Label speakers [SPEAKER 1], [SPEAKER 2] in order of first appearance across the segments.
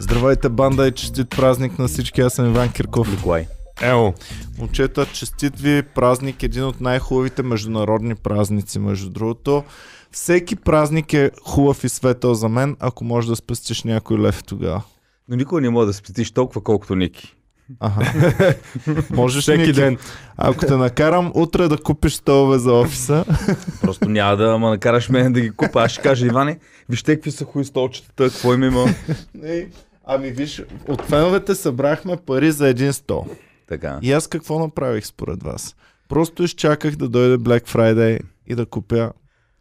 [SPEAKER 1] Здравейте, банда и честит празник на всички. Аз съм Иван Кирков.
[SPEAKER 2] Николай.
[SPEAKER 3] Ело,
[SPEAKER 1] Момчета, честит ви празник, един от най-хубавите международни празници, между другото. Всеки празник е хубав и светъл за мен, ако може да спестиш някой лев тогава.
[SPEAKER 2] Но никога не мога да спестиш толкова, колкото Ники.
[SPEAKER 1] Аха. Можеш
[SPEAKER 3] всеки
[SPEAKER 1] Ники,
[SPEAKER 3] ден.
[SPEAKER 1] Ако те накарам утре да купиш столове за офиса,
[SPEAKER 2] Просто няма да ме накараш мен да ги купа. Аз ще кажа, Иване, вижте какви са хуй столчетата, какво им има.
[SPEAKER 1] Ей, Ами виж, от феновете събрахме пари за един стол.
[SPEAKER 2] Така.
[SPEAKER 1] И аз какво направих според вас? Просто изчаках да дойде Black Friday и да купя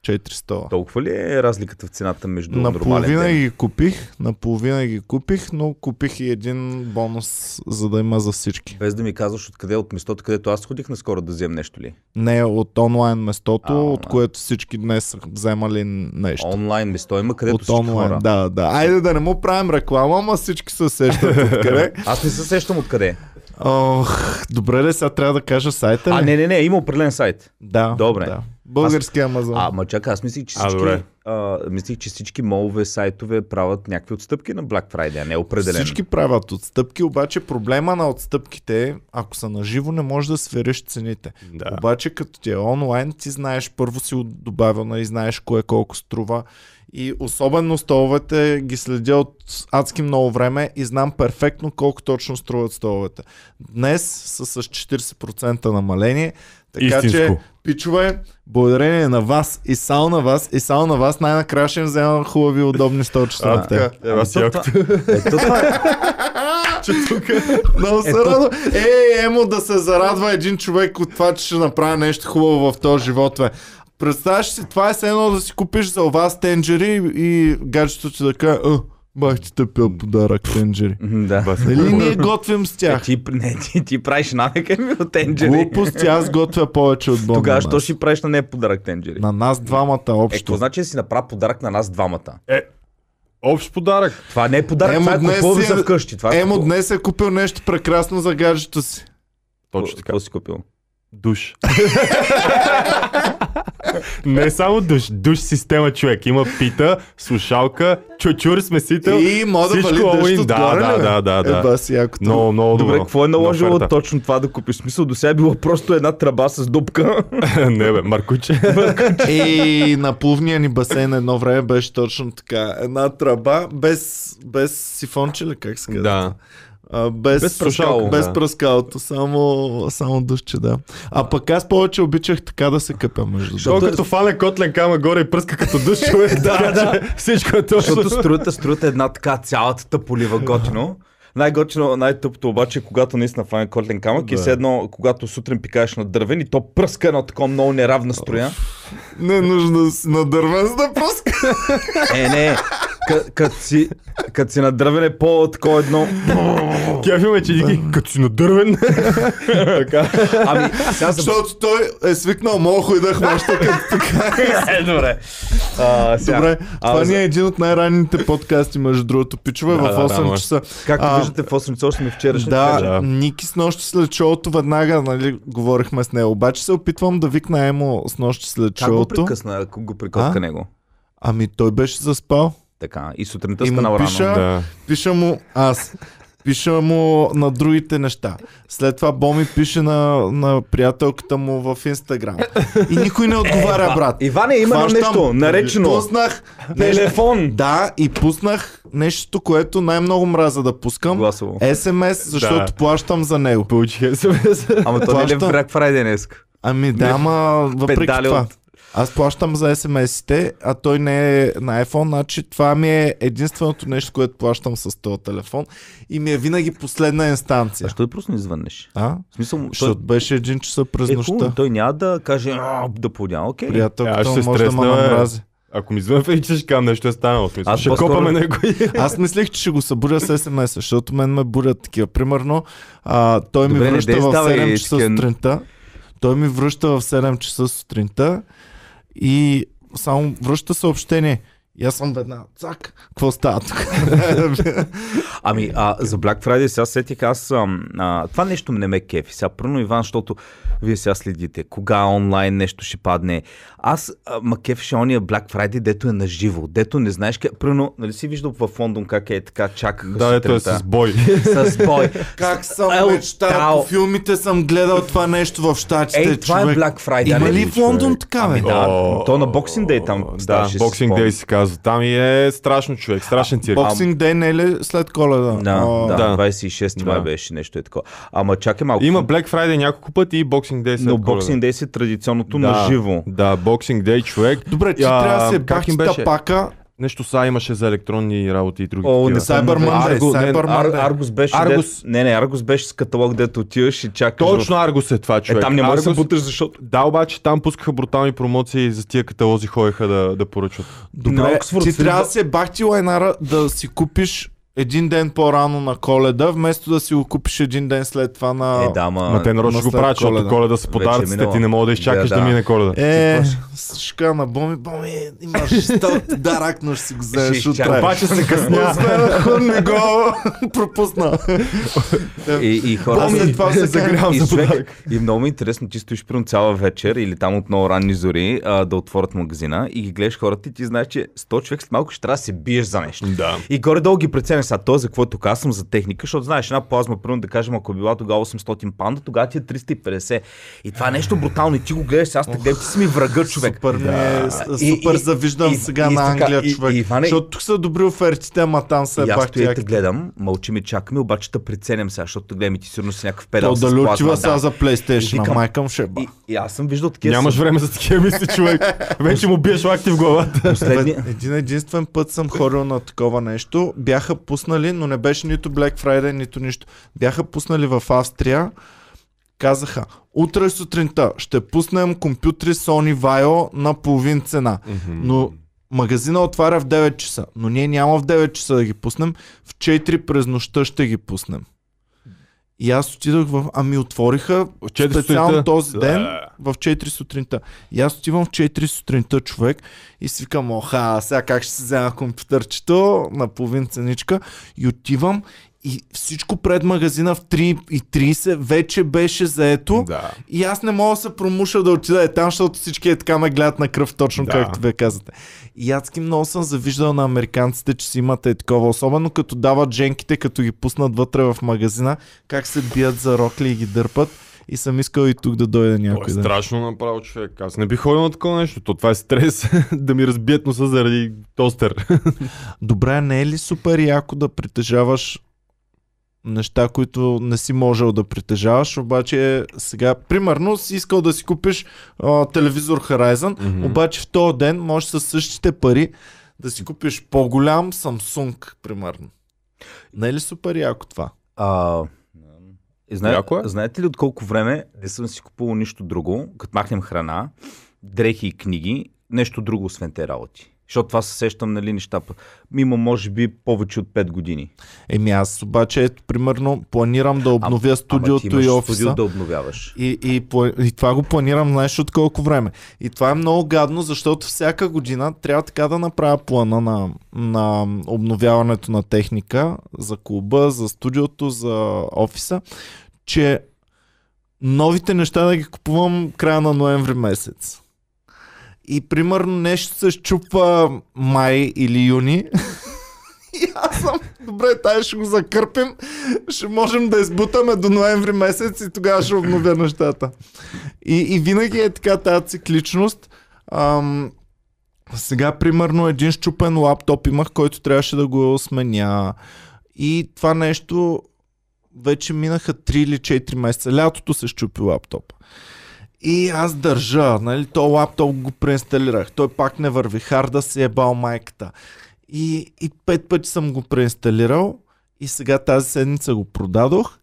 [SPEAKER 1] 4 стола.
[SPEAKER 2] Толкова ли е разликата в цената между нормален
[SPEAKER 1] Наполовина
[SPEAKER 2] ден?
[SPEAKER 1] ги купих, наполовина ги купих, но купих и един бонус, за да има за всички.
[SPEAKER 2] Без да ми казваш откъде е от местото, където аз ходих наскоро да взем нещо ли.
[SPEAKER 1] Не от онлайн местото, а,
[SPEAKER 2] А, онлайн.
[SPEAKER 1] от което всички днес са вземали нещо.
[SPEAKER 2] Онлайн место има, където
[SPEAKER 1] От
[SPEAKER 2] всички
[SPEAKER 1] онлайн,
[SPEAKER 2] хора.
[SPEAKER 1] да, да. Айде да не му правим реклама, ама всички се сещат откъде.
[SPEAKER 2] Аз не се сещам откъде.
[SPEAKER 1] Ох, добре ли сега трябва да кажа сайта ли?
[SPEAKER 2] А, не, не, не, има определен сайт.
[SPEAKER 1] Да,
[SPEAKER 2] Добре.
[SPEAKER 1] да. Български Амазон.
[SPEAKER 2] А, ма чакай, аз мислих, че
[SPEAKER 3] А,
[SPEAKER 2] всички,
[SPEAKER 3] добре.
[SPEAKER 2] а, мислих, че всички молове, сайтове правят някакви отстъпки на Black Friday, а не определено.
[SPEAKER 1] Всички правят отстъпки, обаче проблема на отстъпките е, ако са наживо, не можеш да свериш цените.
[SPEAKER 3] Да.
[SPEAKER 1] Обаче като ти е онлайн, ти знаеш, първо си от- добавена и знаеш кое колко струва. И особено столовете ги следя от адски много време и знам перфектно колко точно струват столовете. Днес са с 40% намаление, така че
[SPEAKER 3] Истинско.
[SPEAKER 1] Пичове, благодарение на вас и само на вас и само на вас най-накрая ще им взема хубави удобни столчета на
[SPEAKER 3] А,
[SPEAKER 1] те.
[SPEAKER 3] е, аз
[SPEAKER 2] Ето
[SPEAKER 3] якото.
[SPEAKER 2] това- Ето това е.
[SPEAKER 1] е Много се радвам. Е, емо да се зарадва един човек от това, че ще направи нещо хубаво в този живот. Бе. Представяш си, това е все едно да си купиш за вас тенджери и гаджето ти да каже, «Е, «А, бах ти тъпия подарък тенджери.
[SPEAKER 2] М, Да.
[SPEAKER 1] Нали ние готвим с
[SPEAKER 2] Е,
[SPEAKER 1] тях?
[SPEAKER 2] ти, не, ти, ти правиш навека ми от тенджери.
[SPEAKER 1] Глупости, аз готвя повече от Бог.
[SPEAKER 2] Тогава
[SPEAKER 1] на
[SPEAKER 2] що
[SPEAKER 1] нас.
[SPEAKER 2] ще правиш на нея подарък тенджери?
[SPEAKER 1] На нас двамата
[SPEAKER 2] Е, какво
[SPEAKER 1] общо.
[SPEAKER 2] значи да си направи подарък на нас двамата?
[SPEAKER 3] Е, общ подарък.
[SPEAKER 2] Това не е подарък,
[SPEAKER 1] Емо,
[SPEAKER 2] това е
[SPEAKER 1] днес
[SPEAKER 2] купуваме
[SPEAKER 1] си е-
[SPEAKER 2] за вкъщи. Това е
[SPEAKER 1] Емо
[SPEAKER 2] купуване.
[SPEAKER 1] днес е купил нещо прекрасно за гаджето си.
[SPEAKER 3] Точно така.
[SPEAKER 2] Какво си купил?
[SPEAKER 3] Душ. Не е само душ, душ система човек. Има пита, слушалка, чучур, смесител.
[SPEAKER 1] И мога да
[SPEAKER 3] всичко
[SPEAKER 1] вали
[SPEAKER 3] all in.
[SPEAKER 1] дъжд
[SPEAKER 3] Да,
[SPEAKER 1] отгоре,
[SPEAKER 3] да,
[SPEAKER 1] ли, Е, бе?
[SPEAKER 3] да, да, да.
[SPEAKER 1] Еба си, якото.
[SPEAKER 3] Много, много добро.
[SPEAKER 2] Добре, какво е наложило
[SPEAKER 3] На оферта.
[SPEAKER 2] точно това да купиш? В Смисъл, до сега е било просто една тръба с дупка.
[SPEAKER 3] Не бе, Маркуче.
[SPEAKER 1] И на плувния ни басейн едно време беше точно така. Една тръба без, без сифонче ли, как се казва?
[SPEAKER 3] Да.
[SPEAKER 1] А, без,
[SPEAKER 2] Без пръскало.
[SPEAKER 1] Без
[SPEAKER 3] Да.
[SPEAKER 1] пръскалото, само, само дъще, да. А пък аз повече обичах така да се къпя, между
[SPEAKER 2] Защо?
[SPEAKER 3] Той
[SPEAKER 1] другото.
[SPEAKER 3] като фане котлен кама горе и пръска като душ човек. Да, да. Всичко е точно.
[SPEAKER 2] Защото струята, струята е една така цялата тъполива готино. Най-готино, най-тъпото обаче е когато наистина фане котлен камък и все едно, когато сутрин пикаеш на дървен и то пръска едно такова много неравна струя.
[SPEAKER 1] Не е нужно да си на дърва, за да пръска.
[SPEAKER 2] Е, не, к- като си, кът си на дървен е по-такова едно...
[SPEAKER 3] Кефиме, че ги като си надървен. Така.
[SPEAKER 2] Ами, сега за...
[SPEAKER 1] Защото той е свикнал мохо и да хваща като
[SPEAKER 2] Е, добре. А, сега.
[SPEAKER 1] Добре,
[SPEAKER 2] А,
[SPEAKER 1] това
[SPEAKER 2] за-
[SPEAKER 1] ни е един от най-ранните подкасти, между другото. Пичове
[SPEAKER 3] Да,
[SPEAKER 1] в
[SPEAKER 3] да, да,
[SPEAKER 1] 8
[SPEAKER 3] може.
[SPEAKER 1] часа.
[SPEAKER 2] Както
[SPEAKER 1] А,
[SPEAKER 2] виждате, в 8 часа още ми е вчера ще
[SPEAKER 1] Да,
[SPEAKER 2] кажа.
[SPEAKER 3] Да.
[SPEAKER 1] Ники с нощи след шоуто веднага, нали, говорихме с него. Обаче се опитвам да викна Емо с нощи след
[SPEAKER 2] Как го
[SPEAKER 1] шоуто.
[SPEAKER 2] прекъсна, ако го прекъсна
[SPEAKER 1] А?
[SPEAKER 2] него?
[SPEAKER 1] Ами той беше заспал.
[SPEAKER 2] Така, и сутринта
[SPEAKER 1] И му
[SPEAKER 2] станал рано.
[SPEAKER 1] пиша,
[SPEAKER 3] Да.
[SPEAKER 1] Пиша му аз. Пиша му на другите неща. След това Боми пише на, на приятелката му в Инстаграм. И никой не отговаря, брат.
[SPEAKER 2] Иване, Е, има едно
[SPEAKER 1] Хващам,
[SPEAKER 2] нещо, наречено
[SPEAKER 1] Пуснах нещо,
[SPEAKER 2] телефон.
[SPEAKER 1] да, и пуснах нещо, което най-много мраза да пускам.
[SPEAKER 2] Гласово.
[SPEAKER 1] СМС, защото
[SPEAKER 3] Да.
[SPEAKER 1] плащам за него.
[SPEAKER 3] Получиха смс.
[SPEAKER 2] Ама то не е ли в
[SPEAKER 1] плащам.
[SPEAKER 2] Black Friday днес?
[SPEAKER 1] Ами да, ама въпреки
[SPEAKER 2] педали
[SPEAKER 1] това.
[SPEAKER 2] от-
[SPEAKER 1] Аз плащам за SMS-ите, а той не е на iPhone, значи това ми е единственото нещо, което плащам с този телефон и ми е винаги последна
[SPEAKER 2] А
[SPEAKER 1] инстанция.
[SPEAKER 2] що просто не звъннеш?
[SPEAKER 1] А?
[SPEAKER 2] В смисъл, той,
[SPEAKER 1] Защото беше един часа през
[SPEAKER 2] е, хубаво,
[SPEAKER 1] нощта.
[SPEAKER 2] той няма да каже «А, да подя, окей.
[SPEAKER 3] Е, аз
[SPEAKER 1] Приятелката
[SPEAKER 3] ще
[SPEAKER 1] му
[SPEAKER 3] се
[SPEAKER 1] може да ме
[SPEAKER 3] стресна, бе.
[SPEAKER 1] намрази.
[SPEAKER 3] Ако ми звън фейче, ще кажа нещо е станало. в смисъл.
[SPEAKER 2] Аз
[SPEAKER 3] Ще
[SPEAKER 2] по-скоро-
[SPEAKER 3] копаме някой.
[SPEAKER 1] Аз мислех, че ще го събудя с SMS, защото мен ме будят такива. Примерно, а, той ми
[SPEAKER 2] Добре, не
[SPEAKER 1] връща
[SPEAKER 2] дей
[SPEAKER 1] в
[SPEAKER 2] става
[SPEAKER 1] 7
[SPEAKER 2] и
[SPEAKER 1] часа
[SPEAKER 2] такива-
[SPEAKER 1] сутринта. Той ми връща в 7 часа сутринта и само връща съобщение. И аз съм веднага. Цак, какво става тук?
[SPEAKER 3] Е,
[SPEAKER 2] Ами, а, за Black Friday сега сетих аз... Ам, а, това нещо не ме кефи. Сега, пръвно Иван, защото Вие сега следите. Кога онлайн нещо ще падне. Аз а, макефеше ония Black Friday, дето е наживо. Дето не знаеш как... Примерно, нали си виждал в Лондон как е така, чакаха
[SPEAKER 3] Да, ето е
[SPEAKER 2] сутринта.
[SPEAKER 3] с бой.
[SPEAKER 2] с бой.
[SPEAKER 1] Как съм
[SPEAKER 2] Ел,
[SPEAKER 1] мечтал,
[SPEAKER 2] тал.
[SPEAKER 1] по филмите съм гледал това нещо в щатите,
[SPEAKER 2] Ей, това е
[SPEAKER 1] човек.
[SPEAKER 2] Black Friday.
[SPEAKER 1] Има
[SPEAKER 2] нали?
[SPEAKER 1] ли в Лондон така, бе?
[SPEAKER 2] Ами да,
[SPEAKER 3] О,
[SPEAKER 2] то на Boxing Day там
[SPEAKER 3] Да,
[SPEAKER 2] ставаше, си
[SPEAKER 3] Boxing
[SPEAKER 2] спомням.
[SPEAKER 3] Day се казва. Там и е страшно човек, страшен тир.
[SPEAKER 1] Боксинг ден е ли след коледа?
[SPEAKER 2] Да,
[SPEAKER 1] А,
[SPEAKER 2] да,
[SPEAKER 3] да.
[SPEAKER 2] 26 май
[SPEAKER 3] Да.
[SPEAKER 2] беше нещо е такова. Ама чакай малко.
[SPEAKER 3] Има Black Friday няколко пъти и Boxing Day след
[SPEAKER 2] но
[SPEAKER 3] Коледа.
[SPEAKER 2] Boxing Day си е традиционното
[SPEAKER 3] да,
[SPEAKER 2] на живо.
[SPEAKER 3] Да, Boxing Day човек.
[SPEAKER 1] Добре, ти
[SPEAKER 3] А,
[SPEAKER 1] трябва да се
[SPEAKER 3] как им
[SPEAKER 1] бахти
[SPEAKER 3] беше?
[SPEAKER 1] тапака.
[SPEAKER 3] Нещо са имаше за електронни работи и други.
[SPEAKER 2] О,
[SPEAKER 3] такива.
[SPEAKER 2] не са-
[SPEAKER 1] Cyber Monday,
[SPEAKER 3] Арго, не,
[SPEAKER 1] Cyber
[SPEAKER 2] Ар,
[SPEAKER 1] Monday.
[SPEAKER 2] Аргус беше.
[SPEAKER 3] Аргус-
[SPEAKER 2] Аргус... Не, не, Аргус беше с каталог, дето отиваш и чакаш.
[SPEAKER 3] Точно Аргус е това, човек.
[SPEAKER 2] Е, там не можеш да се
[SPEAKER 3] Аргус-
[SPEAKER 2] буташ, защото.
[SPEAKER 3] Да, обаче там пускаха брутални промоции и за тия каталози ходеха да, да поръчват.
[SPEAKER 2] На
[SPEAKER 1] Добре,
[SPEAKER 2] Оксфорд
[SPEAKER 1] ти
[SPEAKER 2] се
[SPEAKER 1] трябва да
[SPEAKER 2] идва-
[SPEAKER 1] се бахти лайнара да си купиш един ден по-рано на коледа, вместо да си го купиш един ден след това на...
[SPEAKER 2] Е, да, ма.
[SPEAKER 3] Ма те нарочно
[SPEAKER 1] на
[SPEAKER 3] го
[SPEAKER 1] след
[SPEAKER 3] правят, защото
[SPEAKER 1] Коледа.
[SPEAKER 3] коледа са
[SPEAKER 2] Вече е
[SPEAKER 3] подаръците,
[SPEAKER 2] минала.
[SPEAKER 3] ти не мога да изчакаш
[SPEAKER 2] Да,
[SPEAKER 3] да
[SPEAKER 2] да.
[SPEAKER 3] мине коледа.
[SPEAKER 1] Е,
[SPEAKER 2] Какво
[SPEAKER 1] с шка на Боми, Боми, имаш стълб, дарак, но ще си го
[SPEAKER 3] е
[SPEAKER 1] вземеш
[SPEAKER 2] Ще
[SPEAKER 1] утре.
[SPEAKER 2] изчакам.
[SPEAKER 1] Обаче
[SPEAKER 3] се
[SPEAKER 1] успя, хвърли го, пропусна.
[SPEAKER 2] И, и хора
[SPEAKER 1] Помня, това се загрявам
[SPEAKER 2] и,
[SPEAKER 1] за
[SPEAKER 2] човек-
[SPEAKER 1] подарък.
[SPEAKER 2] и много ми е интересно, ти стоиш примерно цяла вечер или там от много ранни зори а, да отворят магазина и ги гледаш хората и ти знаеш, че 100 човек след малко ще трябва да се биеш за нещо.
[SPEAKER 3] Да.
[SPEAKER 2] И горе-долу ги преценяш сега, той за какво е тук, аз съм за техника, защото знаеш, една плазма, примерно да кажем, ако е била тогава 800 панда, тогава ти е 350. И това е нещо брутално и ти го гледаш, сега аз те гледам, ти си ми врага, човек.
[SPEAKER 1] Супер, да.
[SPEAKER 2] И- и-
[SPEAKER 1] супер завиждам
[SPEAKER 2] и-
[SPEAKER 1] сега
[SPEAKER 2] и
[SPEAKER 1] на
[SPEAKER 2] така,
[SPEAKER 1] Англия,
[SPEAKER 2] и-
[SPEAKER 1] човек.
[SPEAKER 2] и, Иване,
[SPEAKER 1] защото тук са добри офертите, ама там се
[SPEAKER 2] и аз
[SPEAKER 1] бахти.
[SPEAKER 2] стоя и те
[SPEAKER 1] яки.
[SPEAKER 2] гледам, мълчим и чакаме, обаче да преценям сега, защото гледам и ти сигурно си някакъв
[SPEAKER 1] То
[SPEAKER 2] педал с
[SPEAKER 1] дали
[SPEAKER 2] плазма.
[SPEAKER 1] отива сега
[SPEAKER 2] да.
[SPEAKER 1] за
[SPEAKER 2] И
[SPEAKER 1] PlayStation, е
[SPEAKER 2] викам,
[SPEAKER 1] майкам ще бах.
[SPEAKER 2] И, и аз съм виждал такива
[SPEAKER 3] Нямаш време за такива мисли, човек. Вече му биеш лакти в главата.
[SPEAKER 2] последния.
[SPEAKER 1] Един единствен път съм ходил на такова нещо. Бяха пуснали, но не беше нито Black Friday, нито нищо. Бяха пуснали в Австрия. Казаха, утре сутринта ще пуснем компютри Sony Vaio на половин цена. Но магазина отваря в 9 часа. Но ние няма в 9 часа да ги пуснем. В 4 през нощта ще ги пуснем. И аз отидох в... Ами отвориха
[SPEAKER 3] В 4
[SPEAKER 1] специално
[SPEAKER 3] сутринта?
[SPEAKER 1] този ден
[SPEAKER 3] Да.
[SPEAKER 1] в 4 сутринта. И аз отивам в 4 сутринта човек и си викам, оха, сега как ще си взема компютърчето на половин ценичка. И отивам и всичко пред магазина в 3.30 вече беше заето.
[SPEAKER 3] Да.
[SPEAKER 1] И аз не мога да се промуша да отида е там, защото всички е така ме гледат на кръв, точно
[SPEAKER 3] Да.
[SPEAKER 1] да. както вие казвате. И адски много съм завиждал на американците, че си имате такова, особено като дават женките, като ги пуснат вътре в магазина, как се бият за рокли и ги дърпат. И съм искал и тук да дойде
[SPEAKER 3] То е
[SPEAKER 1] някой. да.
[SPEAKER 3] страшно направо човек. Аз не би ходил на такова нещо. То това е стрес да ми разбият носа заради тостер.
[SPEAKER 1] Добре, не е ли супер яко да притежаваш неща, които не си можел да притежаваш, обаче е сега, примерно, си искал да си купиш а, телевизор Horizon,
[SPEAKER 3] Мгм.
[SPEAKER 1] обаче в този ден можеш със същите пари да си купиш по-голям Samsung, примерно. Не е ли супер яко това?
[SPEAKER 2] А, и знае,
[SPEAKER 3] Яко е.
[SPEAKER 2] знаете ли от колко време не съм си купувал нищо друго, като махнем храна, дрехи и книги, нещо друго освен те работи? Защото това се сещам, нали, неща. п- Има, може би, повече от 5 години.
[SPEAKER 1] Еми аз обаче, ето, примерно, планирам да обновя
[SPEAKER 2] Ама ти
[SPEAKER 1] студиото
[SPEAKER 2] имаш
[SPEAKER 1] и офиса.
[SPEAKER 2] студио да обновяваш.
[SPEAKER 1] И, и, пла- и това го планирам, знаеш от колко време. И това е много гадно, защото всяка година трябва така да направя плана на, на обновяването на техника за клуба, за студиото, за офиса, че новите неща да ги купувам края на ноември месец. И примерно нещо се щупва май или юни. И аз съм, добре, тази ще го закърпим, ще можем да избутаме до ноември месец и тогава ще обновя нещата. И, и винаги е така тази цикличност. Ам, сега, примерно, един щупен лаптоп имах, който трябваше да го сменя. И това нещо вече минаха 3 или 4 месеца. Лятото се щупи лаптоп. И аз държа, нали, то лаптоп го преинсталирах. Той пак не върви. Харда се е бал майката. И, и пет пъти съм го преинсталирал и сега тази седмица го продадох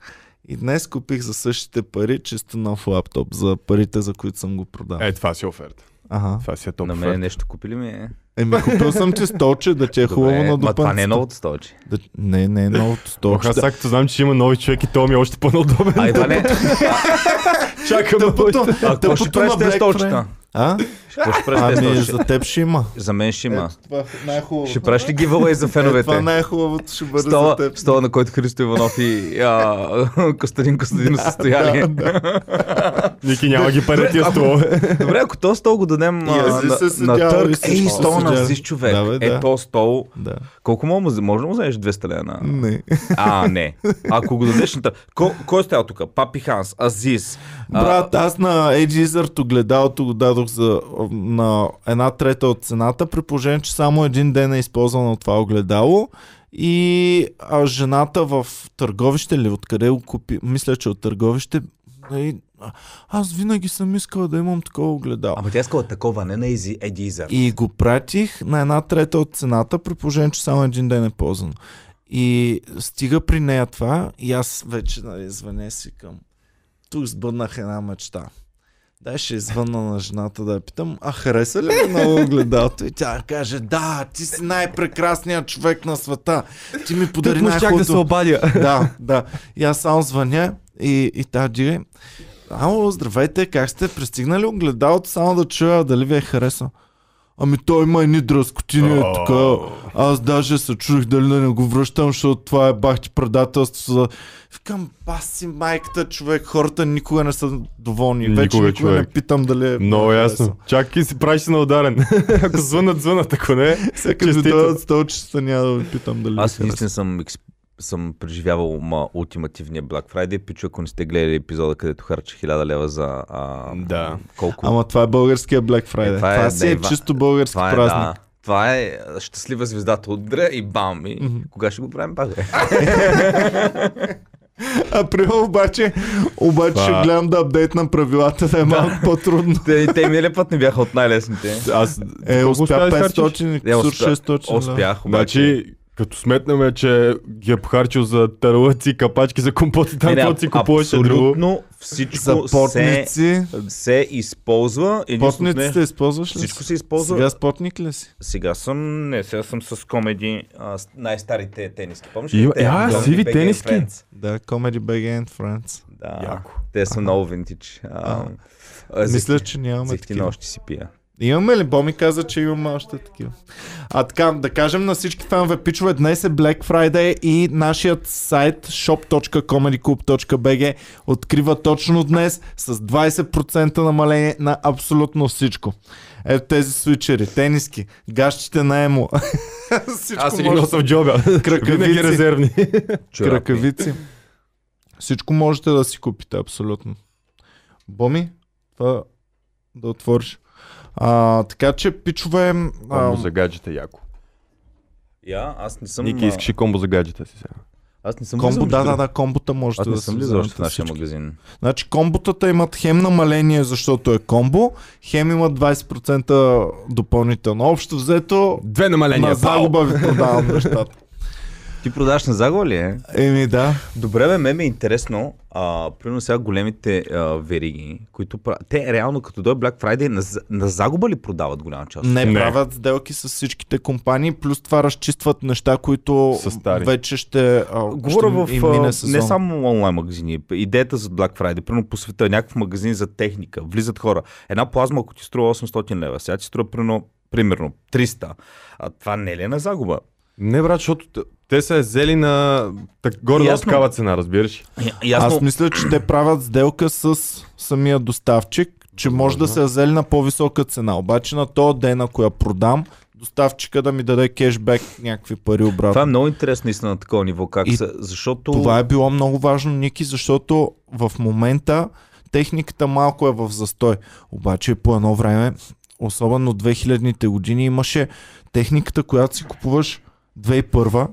[SPEAKER 1] и днес купих за същите пари чисто нов лаптоп, за парите, за които съм го продал.
[SPEAKER 3] Е, това си е оферта.
[SPEAKER 1] Ага.
[SPEAKER 3] Това си е топ
[SPEAKER 2] На мен
[SPEAKER 3] оферта.
[SPEAKER 2] нещо купили ми е.
[SPEAKER 1] Еми, купил съм ти столче, да ти е хубаво
[SPEAKER 2] Добре,
[SPEAKER 1] на
[SPEAKER 2] ма Това не е
[SPEAKER 1] допънцата.
[SPEAKER 2] новото столче.
[SPEAKER 1] Да, не, не е новото
[SPEAKER 3] Ох,
[SPEAKER 1] столче.
[SPEAKER 3] аз сега като знам, че има нови човек и то ми е още по-неудобен.
[SPEAKER 2] А, Иване,
[SPEAKER 3] Чакам да
[SPEAKER 1] Тъпото,
[SPEAKER 2] а какво
[SPEAKER 1] тъпото
[SPEAKER 2] ще правиш
[SPEAKER 1] на
[SPEAKER 2] с тези
[SPEAKER 1] Black
[SPEAKER 2] столчета?
[SPEAKER 1] Friday. А?
[SPEAKER 2] Какво ще правиш с
[SPEAKER 1] Ами,
[SPEAKER 2] тези столчета?
[SPEAKER 1] за теб ще има.
[SPEAKER 2] За мен ще има.
[SPEAKER 1] това най-хубаво.
[SPEAKER 2] Ще правиш ли гивалей за
[SPEAKER 1] Е,
[SPEAKER 2] феновете?
[SPEAKER 1] това най-хубавото ще бъде за
[SPEAKER 2] Стола,
[SPEAKER 1] теб.
[SPEAKER 2] стола, на който Христо Иванов и а, Костадин Костадинов са стояли.
[SPEAKER 3] Ники няма ги пари тия стол.
[SPEAKER 2] Добре, ако то стол го дадем
[SPEAKER 1] И
[SPEAKER 2] а,
[SPEAKER 1] аз ли
[SPEAKER 2] на,
[SPEAKER 1] се
[SPEAKER 2] на
[SPEAKER 1] седял, и
[SPEAKER 2] търг,
[SPEAKER 1] всичко
[SPEAKER 2] ей,
[SPEAKER 1] се
[SPEAKER 2] стол на
[SPEAKER 1] седял.
[SPEAKER 2] си човек.
[SPEAKER 1] Да, бе, да.
[SPEAKER 2] Е, то стол.
[SPEAKER 1] Да.
[SPEAKER 2] Колко мога, може да му вземеш 200 лена?
[SPEAKER 1] Не.
[SPEAKER 2] А, не. Ако го дадеш на търг. Ко, кой е стоял тук? Папи Ханс, Азис. а,
[SPEAKER 1] Брат, аз на Edgeizerто гледалото го дадох за, на една трета от цената, при положение, че само един ден е използвано от това огледало. И а, жената в търговище ли, откъде го купи, мисля, че от търговище, и, аз винаги съм искал да имам такова огледало.
[SPEAKER 2] Ама тя е искала такова, не на Изи, Едизър.
[SPEAKER 1] И го пратих на една трета от цената, при положение, че само един ден е ползвано. И стига при нея това и аз вече нали, звъня си към... Тук сбъднах една мечта. Дай ще извънна на жената да я питам, а хареса ли ми много огледалото? И тя каже, да, ти си най-прекрасният човек на света. Ти ми подари
[SPEAKER 4] Тъкмо щях да се
[SPEAKER 1] най-хубавото
[SPEAKER 4] обадя.
[SPEAKER 1] да, да. И аз само звъня и, и тази дига. Ало, здравейте, как сте? Пристигнали огледалото, само да чуя дали ви е харесал. Ами той има едни дръскотини е тук. Аз даже се чудих дали да не го връщам, защото това е бахти предателство. За... Викам, баси майката, човек, хората никога не са доволни. Вече
[SPEAKER 3] Никога,
[SPEAKER 1] никога, не
[SPEAKER 3] човек.
[SPEAKER 1] питам дали е
[SPEAKER 3] Много
[SPEAKER 1] харесал.
[SPEAKER 3] ясно. Чакай си правиш се на ударен. Ако звънат, звънат, ако не.
[SPEAKER 1] Всеки ми
[SPEAKER 3] Честито.
[SPEAKER 1] дойдат 100 часа, няма да ви питам дали
[SPEAKER 2] Аз
[SPEAKER 1] ви харесал.
[SPEAKER 2] наистина съм, експ- съм преживявал ма, ултимативния Black Friday. Пичо, ако не сте гледали епизода, където харча 1000 лева за а,
[SPEAKER 3] Да.
[SPEAKER 2] колко...
[SPEAKER 1] Ама това е българския Black Friday.
[SPEAKER 2] Е,
[SPEAKER 1] това,
[SPEAKER 2] това е,
[SPEAKER 1] си е,
[SPEAKER 2] да, Ива-
[SPEAKER 1] чисто български
[SPEAKER 2] това е,
[SPEAKER 1] празник.
[SPEAKER 2] да, това е а, щастлива звездата отдря и бам. И кога ще го правим пак? бе?
[SPEAKER 1] Април обаче, обаче
[SPEAKER 3] Това-
[SPEAKER 1] ще гледам да апдейтна правилата, да е малко по-трудно.
[SPEAKER 2] те, те и миналия път не бяха от най-лесните.
[SPEAKER 3] Аз
[SPEAKER 1] Е,
[SPEAKER 3] Колко
[SPEAKER 1] успя
[SPEAKER 3] успя да изхарчиш?
[SPEAKER 1] 500 и
[SPEAKER 2] Не,
[SPEAKER 1] кусур
[SPEAKER 2] Е, успя-
[SPEAKER 1] 600.
[SPEAKER 2] Успях, обаче.
[SPEAKER 3] Значи, като сметнаме, че ги е похарчил за търлъци, капачки за компоти, там
[SPEAKER 2] Не, не,
[SPEAKER 3] каквото си купуваше друго.
[SPEAKER 2] абсолютно
[SPEAKER 1] да. За
[SPEAKER 2] всичко се,
[SPEAKER 1] потници.
[SPEAKER 2] се използва. Единственото
[SPEAKER 1] Потниците
[SPEAKER 2] нещо-
[SPEAKER 1] използваш ли?
[SPEAKER 2] Всичко
[SPEAKER 1] си?
[SPEAKER 2] се използва.
[SPEAKER 1] Сега с потник ли си?
[SPEAKER 2] Сега съм, не, сега съм с комеди, а, с най-старите тениски. Помниш
[SPEAKER 3] Има-
[SPEAKER 2] ли? те?
[SPEAKER 3] а,
[SPEAKER 2] Comedy
[SPEAKER 3] сиви
[SPEAKER 2] BG
[SPEAKER 3] тениски?
[SPEAKER 2] Friends.
[SPEAKER 1] Да, Comedy BG and Friends.
[SPEAKER 2] Да,
[SPEAKER 3] Яко.
[SPEAKER 2] те са много винтич. А, а,
[SPEAKER 1] Мисля,
[SPEAKER 2] зехти-
[SPEAKER 1] че нямаме
[SPEAKER 2] Зехтина
[SPEAKER 1] такива.
[SPEAKER 2] още си пия.
[SPEAKER 1] Имаме ли? Боми каза, че имаме още такива. А така, да кажем на всички фенове пичове, днес е Black Friday и нашият сайт shop.comedyclub.bg открива точно днес с 20% намаление на абсолютно всичко. Ето тези свичери, тениски, гащите на емо. всичко
[SPEAKER 3] Аз си ги
[SPEAKER 1] може-
[SPEAKER 3] носа в джоба. Винаги
[SPEAKER 1] кракавици,
[SPEAKER 3] резервни.
[SPEAKER 2] Чорапи.
[SPEAKER 1] кракавици. Всичко можете да си купите, абсолютно. Боми, това да отвориш. А, така че, пичове...
[SPEAKER 3] Комбо
[SPEAKER 1] ам,
[SPEAKER 3] за гаджета яко.
[SPEAKER 2] Я, аз не съм...
[SPEAKER 3] Ники,
[SPEAKER 2] а,
[SPEAKER 3] искаш и комбо за гаджета си сега.
[SPEAKER 2] Аз не съм
[SPEAKER 1] Комбо,
[SPEAKER 2] влизал
[SPEAKER 1] да,
[SPEAKER 2] още
[SPEAKER 1] да,
[SPEAKER 2] в-
[SPEAKER 1] да, комбота можете
[SPEAKER 2] Аз не
[SPEAKER 1] да
[SPEAKER 2] съм
[SPEAKER 1] си
[SPEAKER 2] влизал още в
[SPEAKER 1] вземете
[SPEAKER 2] нашия
[SPEAKER 1] всички.
[SPEAKER 2] магазин.
[SPEAKER 1] Значи комботата имат хем намаление, защото е комбо, хем имат 20% допълнително. Общо взето,
[SPEAKER 3] Две
[SPEAKER 1] на
[SPEAKER 3] намаления.
[SPEAKER 1] загуба ви продавам нещата.
[SPEAKER 2] Ти продаваш на загуба ли е?
[SPEAKER 1] Еми да.
[SPEAKER 2] Добре, бе, ме ми е интересно. А, примерно сега големите а, вериги, които пра... Те реално като дойде Black Friday, на, за- на загуба ли продават голяма част?
[SPEAKER 1] Не,
[SPEAKER 3] Не.
[SPEAKER 1] правят сделки с всичките компании, плюс това разчистват неща, които
[SPEAKER 3] Са стари.
[SPEAKER 1] вече ще, а,
[SPEAKER 2] Говоря
[SPEAKER 1] ще им
[SPEAKER 2] в
[SPEAKER 1] мине
[SPEAKER 2] а,
[SPEAKER 1] сезон.
[SPEAKER 2] не само онлайн магазини. Идеята за Black Friday, примерно по света, някакъв магазин за техника, влизат хора. Една плазма, ако ти струва 800 лева, сега ти струва примерно, примерно 300. А това не ли е на загуба?
[SPEAKER 3] Не, брат, защото т- те са я взели на так, горе
[SPEAKER 2] Ясно.
[SPEAKER 3] такава цена, разбираш.
[SPEAKER 2] И, ясно,
[SPEAKER 1] Аз мисля, че те правят сделка с самия доставчик, че може да се я взели на по-висока цена. Обаче на този ден, ако я продам, доставчика да ми даде кешбек някакви пари обратно.
[SPEAKER 2] това е
[SPEAKER 1] Това,
[SPEAKER 2] много интересно наистина на такова ниво, как
[SPEAKER 1] И
[SPEAKER 2] са, защото...
[SPEAKER 1] това е било много важно, Ники, защото в момента техниката малко е в застой. Обаче по едно време, особено 2000-те години, имаше техниката, която си купуваш 2001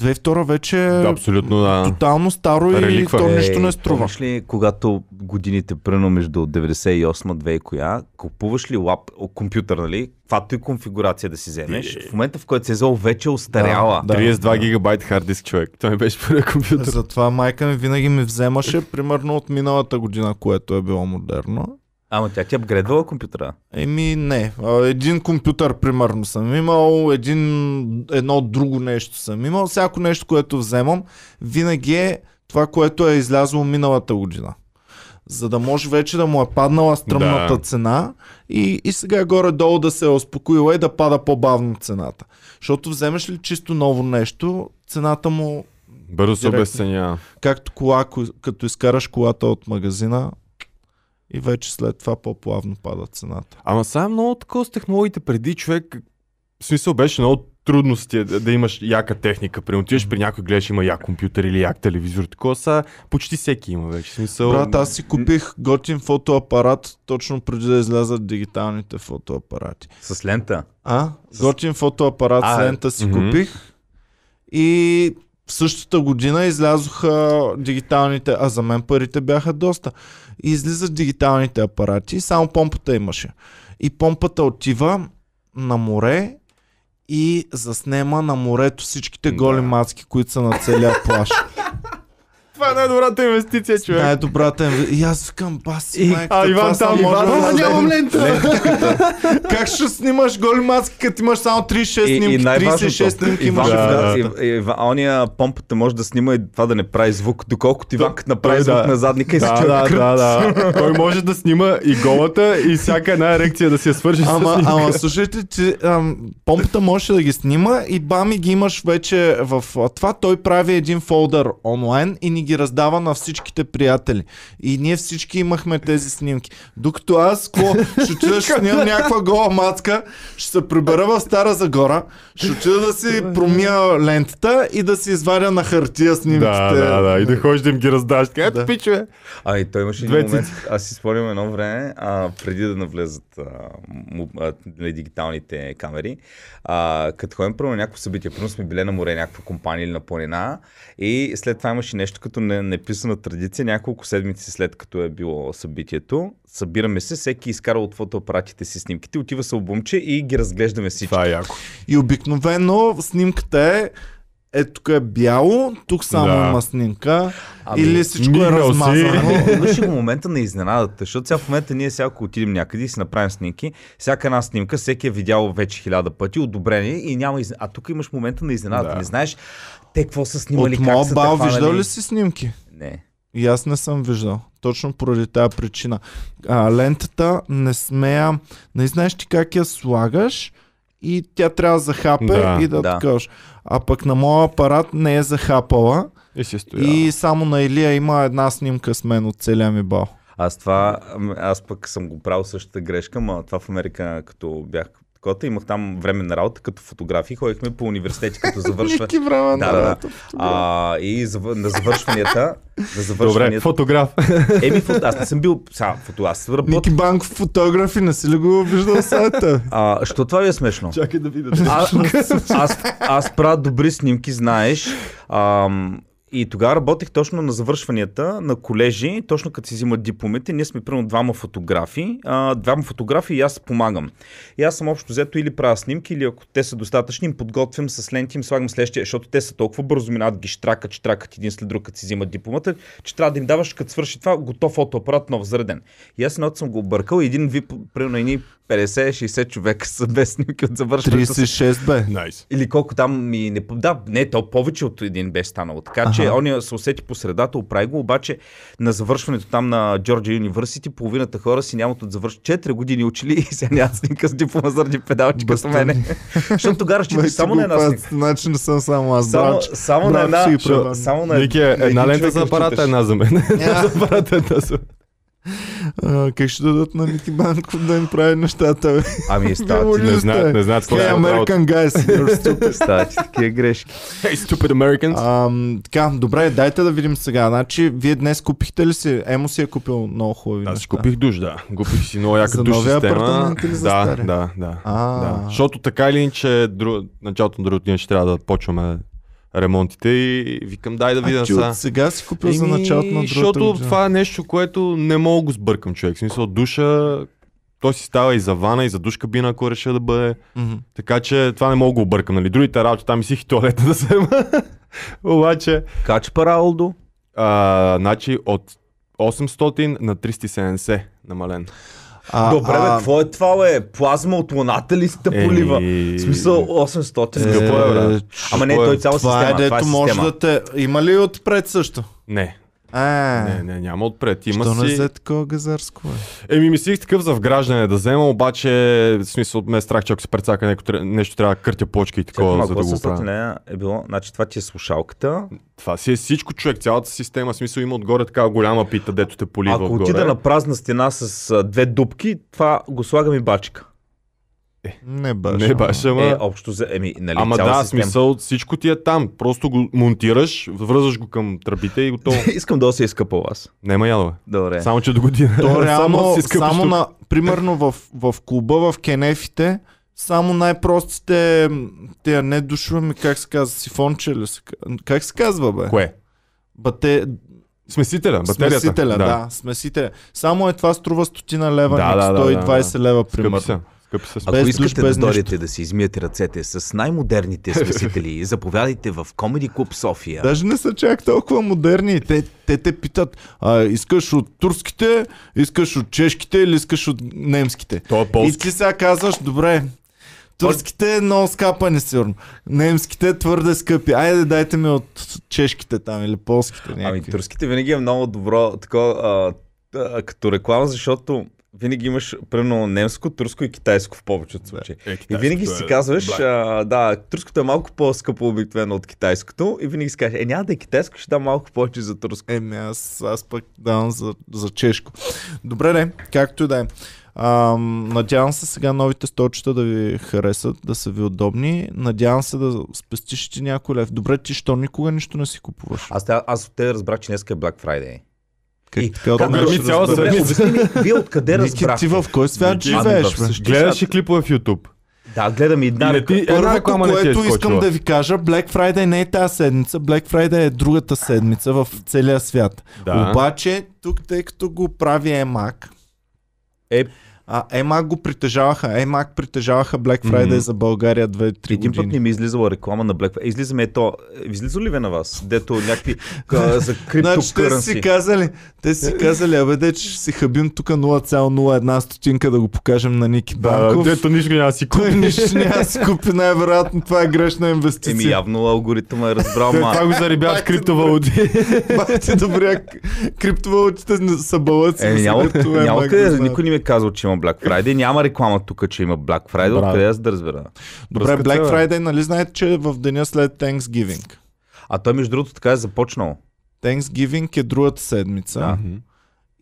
[SPEAKER 1] 2002 вече
[SPEAKER 3] Да,
[SPEAKER 1] е
[SPEAKER 3] абсолютно, да.
[SPEAKER 1] тотално старо и
[SPEAKER 3] Реликва.
[SPEAKER 1] то
[SPEAKER 2] Е,
[SPEAKER 1] нищо не струва.
[SPEAKER 2] Помниш ли, когато годините, прено между 98-2 и коя, купуваш ли лап, о, компютър, нали? Каквато и конфигурация да си вземеш, в момента в който се е взел, вече е устаряла.
[SPEAKER 1] Да,
[SPEAKER 3] 32 гигабайт хард диск, човек. Той ми беше първият компютър.
[SPEAKER 1] Затова майка ми винаги ми вземаше, примерно от миналата година, което е било модерно.
[SPEAKER 2] Ама тя ти е апгрейдвала компютъра.
[SPEAKER 1] Еми не, А, един компютър примерно съм имал, един, едно друго нещо съм имал. Всяко нещо, което вземам, винаги е това, което е излязло миналата година. За да може вече да му е паднала стръмната
[SPEAKER 3] Да.
[SPEAKER 1] цена и, и сега горе-долу да се е успокоила и да пада по-бавно цената. Защото вземеш ли чисто ново нещо, цената му
[SPEAKER 3] Бързо се
[SPEAKER 1] Директно.
[SPEAKER 3] обесценява.
[SPEAKER 1] Както кола, ко- като изкараш колата от магазина, и вече след това по-плавно пада цената.
[SPEAKER 3] Ама сега е много такова с технологиите преди човек. В смисъл беше много трудности да, да имаш яка техника. При отиваш при някой, гледаш има як компютър или як телевизор. Такова са почти всеки има вече. В Смисъл,
[SPEAKER 1] Брат, аз си купих готин фотоапарат точно преди да излязат дигиталните фотоапарати.
[SPEAKER 2] С лента.
[SPEAKER 1] А?
[SPEAKER 2] С-
[SPEAKER 1] Готин фотоапарат с
[SPEAKER 2] А,
[SPEAKER 1] лента си
[SPEAKER 3] мгм.
[SPEAKER 1] купих. И в същата година излязоха дигиталните, а за мен парите бяха доста. И излизат дигиталните апарати, само помпата имаше. И помпата отива на море и заснема на морето всичките
[SPEAKER 3] Да.
[SPEAKER 1] голи мацки, които са на целия плаж.
[SPEAKER 3] Това е най-добрата инвестиция, човек.
[SPEAKER 1] Най-добрата е. И аз викам, бас,
[SPEAKER 2] И-
[SPEAKER 1] майка,
[SPEAKER 3] а,
[SPEAKER 1] това
[SPEAKER 3] Иван
[SPEAKER 1] само
[SPEAKER 3] там,
[SPEAKER 1] може
[SPEAKER 3] Иван,
[SPEAKER 1] да
[SPEAKER 3] ама
[SPEAKER 1] даде.
[SPEAKER 3] нямам
[SPEAKER 1] Как ще снимаш голи маски, като имаш само 3-6
[SPEAKER 2] И,
[SPEAKER 1] снимки?
[SPEAKER 2] и
[SPEAKER 1] 36
[SPEAKER 2] най-важното,
[SPEAKER 1] снимки
[SPEAKER 2] Иван,
[SPEAKER 1] имаш.
[SPEAKER 2] да,
[SPEAKER 3] Да.
[SPEAKER 2] и, и, Ива- ония помпата може да снима и това да не прави звук, доколкото Иван като направи
[SPEAKER 3] да.
[SPEAKER 2] звук на задника и се
[SPEAKER 3] Да,
[SPEAKER 2] чува
[SPEAKER 3] да,
[SPEAKER 2] кръв.
[SPEAKER 3] да, да. Той може да снима и голата и всяка една ерекция да си я свържи с
[SPEAKER 1] Ама,
[SPEAKER 3] снимка.
[SPEAKER 1] ама слушайте, че, ам, помпата можеше да ги снима и бами ги имаш вече в а, това. Той прави един фолдър онлайн и ни ги раздава на всичките приятели. И ние всички имахме тези снимки. Докато аз, ко, ще отида, ще снимам някаква гола мацка, ще се прибера в Стара Загора, ще отида да си промия лентата и да си извадя на хартия
[SPEAKER 3] Да,
[SPEAKER 1] снимките.
[SPEAKER 3] да, да. И да ходиш да им ги раздаш. Така, е,
[SPEAKER 1] Да.
[SPEAKER 3] да. пичове.
[SPEAKER 2] А, и той имаше един
[SPEAKER 3] Две
[SPEAKER 2] момент. Аз си спомням едно време, а, преди да навлезат а, му, а, нали, дигиталните камери, а, като ходим първо на някакво събитие, първо сме били на море, някаква компания или на планина, и след това имаше нещо като не- неписана традиция, няколко седмици след като е било събитието, събираме се, всеки изкара от фотоапаратите си снимките, отива с албумче и ги разглеждаме всички.
[SPEAKER 3] Това е яко.
[SPEAKER 1] И обикновено снимката е е тук е бяло, тук само
[SPEAKER 3] Да.
[SPEAKER 1] има снимка.
[SPEAKER 2] Ами,
[SPEAKER 1] или всичко е
[SPEAKER 3] мигнал си.
[SPEAKER 1] размазано.
[SPEAKER 2] Ама имаше го момента на изненадата, защото сега в момента ние сега ако отидем някъде и си направим снимки, всяка една снимка, всеки е видял вече хиляда пъти, одобрени и няма изн... А тук имаш момента на изненадата. Да.
[SPEAKER 3] Да.
[SPEAKER 2] Не знаеш те какво са снимали,
[SPEAKER 1] От
[SPEAKER 2] как
[SPEAKER 1] моя
[SPEAKER 2] са
[SPEAKER 1] бал
[SPEAKER 2] те хванали.
[SPEAKER 1] виждал ли си снимки?
[SPEAKER 2] Не.
[SPEAKER 1] И аз не съм виждал. Точно поради тази причина. А, лентата не смея. Не знаеш ти как я слагаш и тя трябва да захапе
[SPEAKER 3] Да,
[SPEAKER 1] и да,
[SPEAKER 2] да.
[SPEAKER 1] да. А пък на моя апарат не е захапала
[SPEAKER 3] И си стоя.
[SPEAKER 1] и само на Илия има една снимка с мен от целия ми бал.
[SPEAKER 2] Аз това, ам, аз пък съм го правил същата грешка, но това в Америка, като бях кота, имах там временна работа като фотографи, ходихме по университети, като завършва.
[SPEAKER 1] Ники време
[SPEAKER 2] да, да, да. А, и зав... на завършванията. На
[SPEAKER 3] Добре,
[SPEAKER 2] завършванията.
[SPEAKER 3] фотограф.
[SPEAKER 2] Еми, фото... аз не съм бил. Сега, фото... аз работя.
[SPEAKER 1] Ники Банков фотографи, не си ли го виждал сайта?
[SPEAKER 2] А, що това ви е смешно?
[SPEAKER 3] Чакай да видя.
[SPEAKER 2] аз, аз, аз правя добри снимки, знаеш. Ам, и тогава работех точно на завършванията на колежи, точно като си взимат дипломите. Ние сме примерно двама фотографи. А, двама фотографи и аз помагам. И аз съм общо взето или правя снимки, или ако те са достатъчни, им подготвям с ленти, им слагам следващия, защото те са толкова бързо минават, ги штракат, штракат един след друг, като си взимат дипломата, че трябва да им даваш, като свърши това, готов фотоапарат, нов зареден. И аз едно съм го объркал и един вип, примерно едни 50-60 човека са без снимки от завършването.
[SPEAKER 1] 36 бе.
[SPEAKER 3] Найс.
[SPEAKER 2] Или колко там ми не... по- Да, не, то повече от един бе станало. Така
[SPEAKER 1] Аха.
[SPEAKER 2] че он я се усети по средата, оправи го, обаче на завършването там на Georgia University половината хора си нямат от завърш 4 години учили и сега нямат снимка с диплома заради педалчи като
[SPEAKER 1] Бастуни.
[SPEAKER 2] мене. Защото тогава разчиташ
[SPEAKER 1] Вече
[SPEAKER 2] само
[SPEAKER 1] го
[SPEAKER 2] на една
[SPEAKER 1] правят,
[SPEAKER 2] снимка.
[SPEAKER 1] Значи не съм само аз,
[SPEAKER 2] Само,
[SPEAKER 1] братче.
[SPEAKER 2] само на
[SPEAKER 1] Браво,
[SPEAKER 2] една...
[SPEAKER 1] си ги предам.
[SPEAKER 2] Само на
[SPEAKER 3] Вики, една
[SPEAKER 2] един
[SPEAKER 3] лента
[SPEAKER 2] човек
[SPEAKER 3] за апарата,
[SPEAKER 2] разчиташ.
[SPEAKER 3] една за мен.
[SPEAKER 1] Ня.
[SPEAKER 3] за апарата, една за мен.
[SPEAKER 1] А, как ще дадат на Ники Банков да им прави нещата? бе?
[SPEAKER 2] Ами,
[SPEAKER 1] Вие
[SPEAKER 2] стават
[SPEAKER 1] ли
[SPEAKER 3] Не
[SPEAKER 2] ти,
[SPEAKER 1] сте?
[SPEAKER 3] знаят, не знаят какво
[SPEAKER 1] Hey,
[SPEAKER 3] е работа.
[SPEAKER 1] American guys.
[SPEAKER 2] стават ти такива грешки.
[SPEAKER 3] Hey, stupid Americans.
[SPEAKER 1] Ам, така, добре, дайте да видим сега. Значи, вие днес купихте ли си? Емо си е купил много хубави
[SPEAKER 3] Аз си
[SPEAKER 1] неща.
[SPEAKER 3] купих душ, да. Купих си много яка
[SPEAKER 1] За
[SPEAKER 3] душ
[SPEAKER 1] новия
[SPEAKER 3] система.
[SPEAKER 1] апартамент или за
[SPEAKER 3] да,
[SPEAKER 1] стария?
[SPEAKER 3] да, да.
[SPEAKER 1] А,
[SPEAKER 3] Да. Защото така или иначе, дру... началото на другото ние ще трябва да почваме ремонтите и викам дай да
[SPEAKER 1] а
[SPEAKER 3] видя
[SPEAKER 1] ти Значи, от
[SPEAKER 3] сега.
[SPEAKER 1] сега си купил за
[SPEAKER 3] Еми,
[SPEAKER 1] началото на другата
[SPEAKER 3] Защото
[SPEAKER 1] година.
[SPEAKER 3] това е нещо, което не мога да го сбъркам човек. В смисъл душа, той си става и за вана, и за душ кабина, ако реша да бъде.
[SPEAKER 1] Мгм.
[SPEAKER 3] Така че това не мога да го объркам. Нали? Другите работи, там и си туалета да се Обаче,
[SPEAKER 2] Качпа Раулдо.
[SPEAKER 3] а, значи от 800 на 370 намален.
[SPEAKER 1] А,
[SPEAKER 2] Добре, бе,
[SPEAKER 1] а,
[SPEAKER 2] какво е това, бе? Плазма от луната ли сте
[SPEAKER 3] Еми,
[SPEAKER 2] полива? В смисъл 800.
[SPEAKER 3] Скъпо е, брат.
[SPEAKER 1] чу-
[SPEAKER 2] Ама не,
[SPEAKER 3] Кой е?
[SPEAKER 2] той цяла
[SPEAKER 1] това
[SPEAKER 2] система.
[SPEAKER 1] е дето
[SPEAKER 2] това е
[SPEAKER 1] може
[SPEAKER 2] система.
[SPEAKER 1] да те... Има ли отпред също?
[SPEAKER 3] Не.
[SPEAKER 1] А,
[SPEAKER 3] Не, не, няма отпред. Има
[SPEAKER 1] що не е
[SPEAKER 3] си...
[SPEAKER 1] взе такова газарско? бе?
[SPEAKER 3] Еми, мислих такъв за вграждане да взема, обаче в смисъл ме е страх, че ако се прецака някой, тре- нещо, трябва да къртя плочки и
[SPEAKER 2] Чакай
[SPEAKER 3] такова,
[SPEAKER 2] малко,
[SPEAKER 3] за да го
[SPEAKER 2] 800
[SPEAKER 3] правя.
[SPEAKER 2] лева е било, значи това ти е слушалката.
[SPEAKER 3] Това си е всичко, човек. Цялата система, в смисъл има отгоре такава голяма пита, дето те полива
[SPEAKER 2] Ако
[SPEAKER 3] отгоре.
[SPEAKER 2] отида на празна стена с а, две дупки, това го слагам и бачка.
[SPEAKER 1] Не баш.
[SPEAKER 3] Не баш, ама...
[SPEAKER 2] Е, общо за... Еми, нали,
[SPEAKER 3] Ама
[SPEAKER 2] цяла
[SPEAKER 3] да,
[SPEAKER 2] система.
[SPEAKER 3] смисъл, всичко ти е там. Просто го монтираш, връзваш го към тръбите и готово.
[SPEAKER 2] Искам да се изкъпа аз.
[SPEAKER 3] Нема ядове.
[SPEAKER 2] Добре.
[SPEAKER 3] Само, че до година.
[SPEAKER 1] То реално,
[SPEAKER 3] да
[SPEAKER 1] само,
[SPEAKER 3] си скъпиш
[SPEAKER 1] само
[SPEAKER 3] тук.
[SPEAKER 1] на, примерно в, в клуба, в кенефите, само най-простите, м, тия не душуваме, как се казва, сифонче ли се ка- Как се казва, бе?
[SPEAKER 3] Кое?
[SPEAKER 1] Бате,
[SPEAKER 3] Смесителя, батерията.
[SPEAKER 1] смесителя, да. да, смесителя. Само е това струва стотина лева,
[SPEAKER 3] Да,
[SPEAKER 1] да,
[SPEAKER 3] да, да, да,
[SPEAKER 1] 120 лева,
[SPEAKER 3] Скъпи
[SPEAKER 1] примерно.
[SPEAKER 3] са. Скъпи са.
[SPEAKER 1] Без
[SPEAKER 4] Ако искате
[SPEAKER 1] душ, без
[SPEAKER 4] да дойдете да си измиете ръцете с най-модерните смесители, заповядайте в Comedy Club София.
[SPEAKER 1] Даже не са чак толкова модерни. Те те, те питат, а, искаш от турските, искаш от чешките или искаш от немските.
[SPEAKER 3] То е
[SPEAKER 1] И ти сега казваш, добре, турските е много скапани сигурно, немските е твърде скъпи. Айде дайте ми от чешките там или полските
[SPEAKER 2] Ами
[SPEAKER 1] някакви.
[SPEAKER 2] турските винаги е много добро такова а, а, като реклама, защото винаги имаш примерно немско, турско и китайско в повечето случаи.
[SPEAKER 3] е,
[SPEAKER 2] И винаги
[SPEAKER 1] е
[SPEAKER 2] си казваш, а, да, турското е малко по-скъпо обикновено от китайското и винаги си кажеш, е няма да е китайско, ще дам малко повече за турско.
[SPEAKER 1] Еми аз, аз пък давам за, за чешко. Добре, не, както и да е. Ам, надявам се сега новите сточета да ви харесат, да са ви удобни. Надявам се да спестиш ти някой лев. Добре, ти що никога нищо не си купуваш?
[SPEAKER 2] Аз, тя- аз от те разбрах, че днес е Black Friday.
[SPEAKER 1] Как
[SPEAKER 2] и-
[SPEAKER 1] така
[SPEAKER 2] как
[SPEAKER 1] отнеш
[SPEAKER 3] гърми
[SPEAKER 1] разбира-
[SPEAKER 3] цяла
[SPEAKER 2] Добре,
[SPEAKER 3] седмица?
[SPEAKER 2] обясни ми, вие откъде
[SPEAKER 1] Ники, ти
[SPEAKER 2] разбрахте?
[SPEAKER 1] в кой свят
[SPEAKER 3] Ники, ами
[SPEAKER 1] живееш,
[SPEAKER 2] в
[SPEAKER 1] бе?
[SPEAKER 2] същия
[SPEAKER 3] Гледаш
[SPEAKER 2] свят.
[SPEAKER 3] ли клипове в YouTube?
[SPEAKER 2] Да, гледам и една
[SPEAKER 3] И не
[SPEAKER 2] ръка.
[SPEAKER 3] ти- е, Една
[SPEAKER 1] Първото,
[SPEAKER 3] реклама не ти е
[SPEAKER 1] което искам
[SPEAKER 3] изкочила.
[SPEAKER 1] да ви кажа, Black Friday не е тази седмица, Black Friday е другата седмица в целия свят.
[SPEAKER 3] Да.
[SPEAKER 1] Обаче, тук, тъй като го прави Емак,
[SPEAKER 2] Е.
[SPEAKER 1] а Емак го притежаваха. Емак притежаваха Black Friday
[SPEAKER 3] Мгм.
[SPEAKER 1] за България 2-3
[SPEAKER 2] Един път
[SPEAKER 1] години.
[SPEAKER 2] не ми е излизала реклама на Black Friday. Е, Излизаме ето, излиза ли ви на вас? Дето някакви а, за
[SPEAKER 1] Значи те си
[SPEAKER 2] криптокърънси.
[SPEAKER 1] казали, те си казали, абе де, че ще си хабим тук 0,01 стотинка да го покажем на Ники
[SPEAKER 3] Да,
[SPEAKER 1] Банков.
[SPEAKER 3] дето нищо няма да си
[SPEAKER 1] Той
[SPEAKER 3] купи.
[SPEAKER 1] нищо няма да си купи, най-вероятно това е грешна
[SPEAKER 2] Еми
[SPEAKER 1] инвестиция.
[SPEAKER 2] явно алгоритъма е разбрал,
[SPEAKER 3] Те
[SPEAKER 2] ма.
[SPEAKER 3] Това го заребяват
[SPEAKER 1] Пак-
[SPEAKER 3] криптовалути.
[SPEAKER 1] Бахте добря, криптовалутите не са балъци.
[SPEAKER 2] Е,
[SPEAKER 1] не са
[SPEAKER 2] няма,
[SPEAKER 1] като Емак,
[SPEAKER 2] няма
[SPEAKER 1] го
[SPEAKER 2] къде,
[SPEAKER 1] знаят.
[SPEAKER 2] никой не ми е казал, че има Black Friday. Няма реклама тук, че има Black Friday.
[SPEAKER 3] Браво.
[SPEAKER 2] Откъде аз да разбера?
[SPEAKER 1] Добре,
[SPEAKER 3] Бръскат се,
[SPEAKER 1] Black
[SPEAKER 3] бе.
[SPEAKER 1] Friday, нали знаете, че е в деня след Thanksgiving?
[SPEAKER 2] А той, между другото, така е започнал.
[SPEAKER 1] Thanksgiving е другата седмица.
[SPEAKER 2] Да.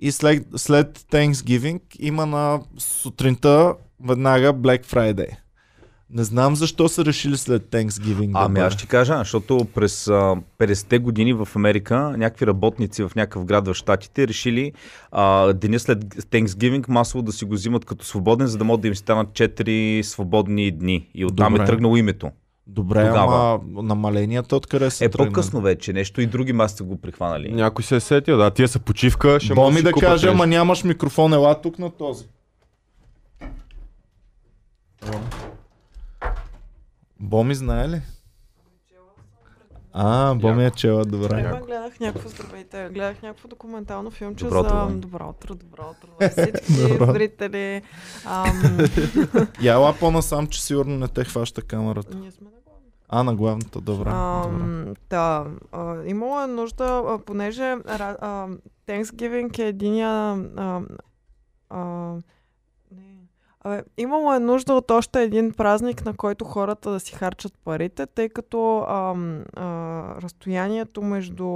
[SPEAKER 1] И след, след Thanksgiving има на сутринта веднага Black Friday. Не знам защо са решили след Thanksgiving. да
[SPEAKER 2] Ами
[SPEAKER 1] бъде.
[SPEAKER 2] аз ще кажа, защото през а, 50-те години в Америка някакви работници в някакъв град в Штатите решили а, деня след Thanksgiving масово да си го взимат като свободен, за да могат да им станат 4 свободни дни. И оттам
[SPEAKER 1] Добре.
[SPEAKER 2] е тръгнало името.
[SPEAKER 1] Добре,
[SPEAKER 2] тогава.
[SPEAKER 1] ама намаленията откъде са
[SPEAKER 2] Е
[SPEAKER 1] тръгнали?
[SPEAKER 2] по-късно вече нещо и други маси са го прихванали.
[SPEAKER 3] Някой се е сетил, да, тия са почивка, ще може
[SPEAKER 1] Боми
[SPEAKER 3] си
[SPEAKER 1] да
[SPEAKER 3] купат
[SPEAKER 1] кажа,
[SPEAKER 3] нещо.
[SPEAKER 1] ама нямаш микрофон, ела тук на този. Боми знае ли? А, Боми е чела, добре.
[SPEAKER 5] Време гледах някакво, здравейте, гледах някакво документално филмче
[SPEAKER 2] Добро
[SPEAKER 5] за...
[SPEAKER 2] утро.
[SPEAKER 5] Добро утро, добро утро на всички
[SPEAKER 1] Добро.
[SPEAKER 5] зрители. Ам,
[SPEAKER 1] Я ела по-насам, че сигурно не те хваща камерата.
[SPEAKER 5] ние сме на главно.
[SPEAKER 1] А, на главната, добре. добре.
[SPEAKER 5] Ам, да, а, имала е нужда, а, понеже ра- а, Thanksgiving е единия... А, а, не. Абе, имало е нужда от още един празник, на който хората да си харчат парите, тъй като ам, а, разстоянието между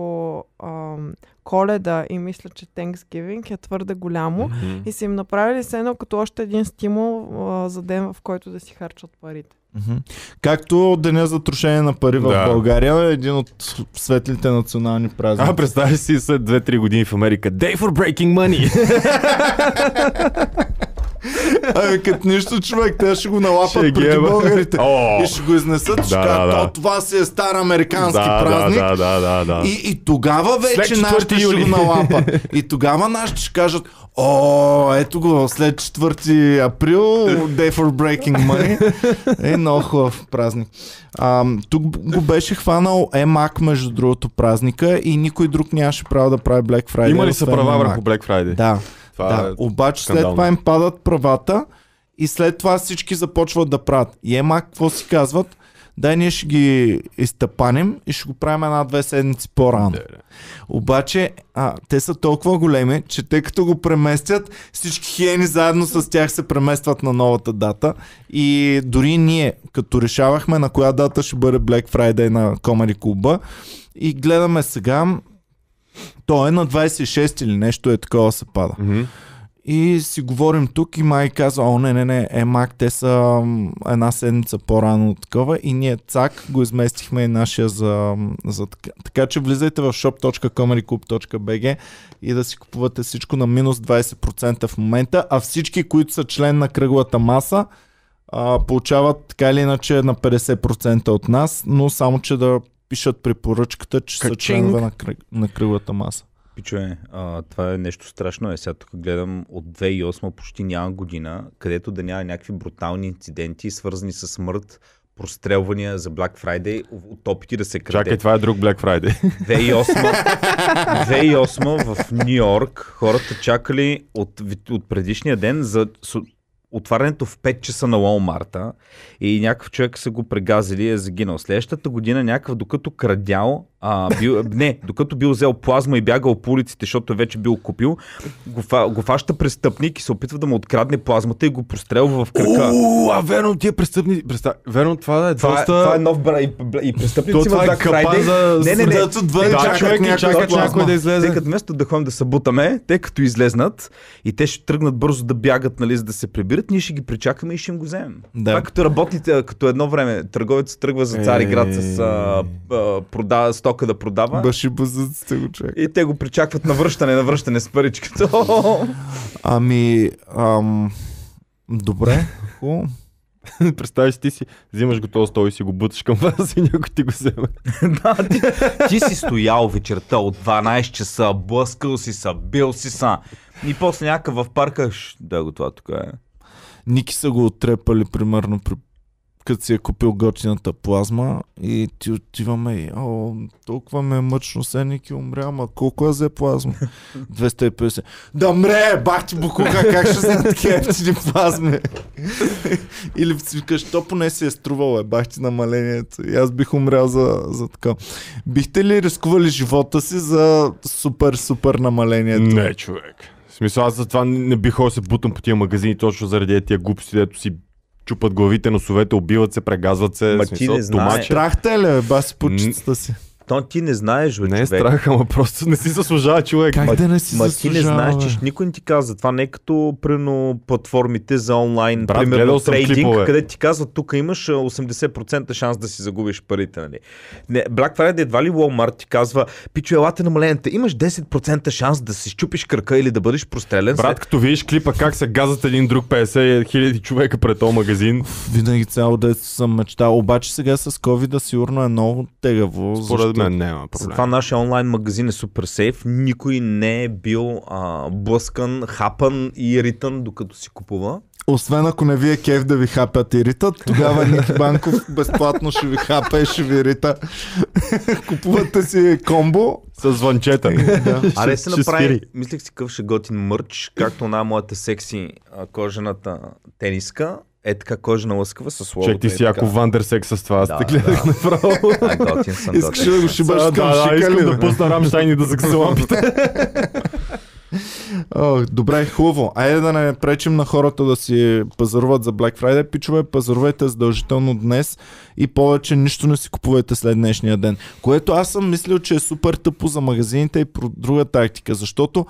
[SPEAKER 5] ам, Коледа и мисля, че Thanksgiving е твърде голямо
[SPEAKER 3] Мгм.
[SPEAKER 5] и са им направили се едно като още един стимул а, за ден, в който да си харчат парите.
[SPEAKER 1] Мгм. Както Деня за трошение на пари в
[SPEAKER 3] Да.
[SPEAKER 1] България е един от светлите национални празници.
[SPEAKER 3] А, представи си след 2-3 години в Америка. Day for breaking money!
[SPEAKER 1] Абе, като нищо човек, те ще го налапат
[SPEAKER 3] Ще ги
[SPEAKER 1] преди
[SPEAKER 3] еба.
[SPEAKER 1] българите.
[SPEAKER 3] О!
[SPEAKER 1] И ще го изнесат, ще
[SPEAKER 3] Да,
[SPEAKER 1] кажат,
[SPEAKER 3] да,
[SPEAKER 1] «То,
[SPEAKER 3] да.
[SPEAKER 1] това си е стар американски
[SPEAKER 3] да,
[SPEAKER 1] празник.
[SPEAKER 3] Да, да, да, да. да.
[SPEAKER 1] И, и тогава вече
[SPEAKER 3] След 4
[SPEAKER 1] нашите ще
[SPEAKER 3] юли.
[SPEAKER 1] го налапа. И тогава нашите ще кажат, о, ето го, след 4 април, Day for Breaking Money. Е, много хубав празник. А, тук го беше хванал Емак, между другото, празника и никой друг нямаше право да прави Black Friday.
[SPEAKER 3] Има ли са
[SPEAKER 1] освен
[SPEAKER 3] права
[SPEAKER 1] Емак.
[SPEAKER 3] върху Black Friday?
[SPEAKER 1] Да.
[SPEAKER 3] Това
[SPEAKER 1] да.
[SPEAKER 3] е
[SPEAKER 1] Обаче след
[SPEAKER 3] скандално.
[SPEAKER 1] това им падат правата и след това всички започват да правят. И ема, какво си казват? дай ние ще ги изтъпаним и ще го правим една-две седмици по-рано.
[SPEAKER 3] Да, да.
[SPEAKER 1] Обаче, а, те са толкова големи, че тъй като го преместят, всички хиени заедно с тях се преместват на новата дата. И дори ние, като решавахме на коя дата ще бъде Black Friday на Комари Клуба, и гледаме сега, то е на 26 или нещо е такова се пада.
[SPEAKER 3] Мгм.
[SPEAKER 1] И си говорим тук и май казва, о не, не, не, е мак, те са м, една седмица по-рано от такова и ние цак го изместихме и нашия за, за така. Така че влизайте в shop.comedyclub.bg и да си купувате всичко на минус 20% в момента, а всички, които са член на кръглата маса, а, получават така или иначе на 50% от нас, но само, че да пишат при поръчката, че са
[SPEAKER 3] Качинг.
[SPEAKER 1] членове на, кръг, на кръглата маса.
[SPEAKER 2] Пичове, а, това е нещо страшно. Е, сега тук гледам от 2008 почти няма година, където да няма някакви брутални инциденти, свързани с смърт, прострелвания за Black Friday, от опити да се краде.
[SPEAKER 3] Чакай, това е друг Black Friday.
[SPEAKER 2] 2008, 2008 в Нью Йорк хората чакали от, ви- от предишния ден за су- отварянето в 5 часа на Walmart и някакъв човек са го прегазили и е загинал. Следващата година някакъв, докато крадял, а, бил, не, докато бил взел плазма и бягал по улиците, защото е вече бил купил, го, фа, го фаща престъпник и се опитва да му открадне плазмата и го прострелва в кръка.
[SPEAKER 3] Уу, а верно, тия престъпни... Преста... Верно, това е
[SPEAKER 2] Това, е,
[SPEAKER 3] доста...
[SPEAKER 2] това е нов бра и, и престъпници
[SPEAKER 3] То,
[SPEAKER 2] имат
[SPEAKER 3] това е
[SPEAKER 2] Black Friday.
[SPEAKER 3] капан за...
[SPEAKER 2] Не, не, не.
[SPEAKER 3] Да, това е
[SPEAKER 2] Да,
[SPEAKER 3] чакат
[SPEAKER 2] човек ни
[SPEAKER 3] някой,
[SPEAKER 2] чака
[SPEAKER 3] чакат
[SPEAKER 2] плазма.
[SPEAKER 3] някой да излезе.
[SPEAKER 2] Тъй като вместо да ходим да се бутаме, те като излезнат и те ще тръгнат бързо да бягат, нали, за да се прибират, ние ще ги причакаме и ще им го вземем.
[SPEAKER 1] Да.
[SPEAKER 2] Това е като работните, а, като едно време, търговец тръгва за цари град с а, а, прода, стока да продава.
[SPEAKER 1] Баши базъците го чак.
[SPEAKER 2] И те го причакват на връщане, на връщане с паричката.
[SPEAKER 1] Ами, ам... добре, хубаво.
[SPEAKER 3] Представиш си, ти си, взимаш го този стол и си го буташ към вас и някой ти го вземе.
[SPEAKER 2] да, ти...
[SPEAKER 4] Ти си стоял вечерта от 12 часа, блъскал си са, бил си са.
[SPEAKER 2] И после някакъв в парка, «Ш, да го това тук е.
[SPEAKER 1] Ники са го оттрепали, примерно, при... като си е купил готината плазма и ти отиваме и о, толкова ме е мъчно, се Ники умря, ама колко е за плазма? 250. Да мре, бах ти букука, как ще са такива ефтини плазми? Или си викаш, то поне си е струвало, е, бах ти намалението. И аз бих умрял за, за така. Бихте ли рискували живота си за супер-супер намалението?
[SPEAKER 3] Не, човек. В смисъл, аз затова не- не бих ходил да се бутам по тия магазини, точно заради тия глупости, дето си чупат главите, носовете, убиват се, прегазват се.
[SPEAKER 2] Ма
[SPEAKER 3] в
[SPEAKER 2] ти
[SPEAKER 3] смисъл,
[SPEAKER 2] не знаеш.
[SPEAKER 3] тумаче.
[SPEAKER 1] Страх те ли, бе, баси по чицата си?
[SPEAKER 2] То ти не знаеш, бе,
[SPEAKER 3] Не е
[SPEAKER 2] човек.
[SPEAKER 3] страх, ама просто не си заслужава човек.
[SPEAKER 1] Как да не си
[SPEAKER 2] Ма ти не
[SPEAKER 1] заслужава,
[SPEAKER 2] знаеш,
[SPEAKER 1] бе?
[SPEAKER 2] че ще- никой не ти казва. Това не е като прино платформите за онлайн,
[SPEAKER 3] Брат,
[SPEAKER 2] примерно
[SPEAKER 3] гледал съм
[SPEAKER 2] трейдинг,
[SPEAKER 3] клипове.
[SPEAKER 2] къде ти казват, тук имаш а, 80% шанс да си загубиш парите. Нали? Не, Black Friday едва ли Walmart ти казва, пичо, елате на малената, имаш 10% шанс да си щупиш кръка или да бъдеш прострелен.
[SPEAKER 3] Брат, като видиш клипа как се газат един друг 50 хиляди човека пред този магазин,
[SPEAKER 1] Винаги цяло детство съм мечтал. Обаче сега с COVID сигурно е много тегаво.
[SPEAKER 3] според
[SPEAKER 1] защото-
[SPEAKER 3] мен няма проблем.
[SPEAKER 2] Затова нашия онлайн магазин е супер сейф. Никой не е бил а, блъскан, хапан и ритън, докато си купува.
[SPEAKER 1] Освен ако не ви е кеф да ви хапят и ритат, тогава Ники Банков безплатно ще ви хапа и ще ви рита. Купувате си комбо.
[SPEAKER 3] С звънчета.
[SPEAKER 2] Аре се
[SPEAKER 3] Ще
[SPEAKER 2] направи,
[SPEAKER 3] свири.
[SPEAKER 2] мислех си какъв ще готин мърч, както на моята секси а, кожената тениска. Е така кожена лъскава с логото.
[SPEAKER 3] Чек ти
[SPEAKER 2] е
[SPEAKER 3] си
[SPEAKER 2] така.
[SPEAKER 3] яко Вандерсек с това. Аз
[SPEAKER 2] Да,
[SPEAKER 3] те гледах
[SPEAKER 2] да.
[SPEAKER 3] направо.
[SPEAKER 2] А, готин съм,
[SPEAKER 1] Искаш
[SPEAKER 2] готин
[SPEAKER 1] да го
[SPEAKER 2] съм.
[SPEAKER 1] шибаш
[SPEAKER 3] Да,
[SPEAKER 1] към
[SPEAKER 3] да,
[SPEAKER 1] шика
[SPEAKER 3] искам
[SPEAKER 1] ли?
[SPEAKER 3] да
[SPEAKER 1] бе?
[SPEAKER 3] пусна Рамштайн и да закъса лампите.
[SPEAKER 1] О, Добре, хубаво. Айде да не пречим на хората да си пазаруват за Black Friday. Пичове, пазарувайте задължително днес и повече нищо не си купувайте след днешния ден. Което аз съм мислил, че е супер тъпо за магазините и про друга тактика, защото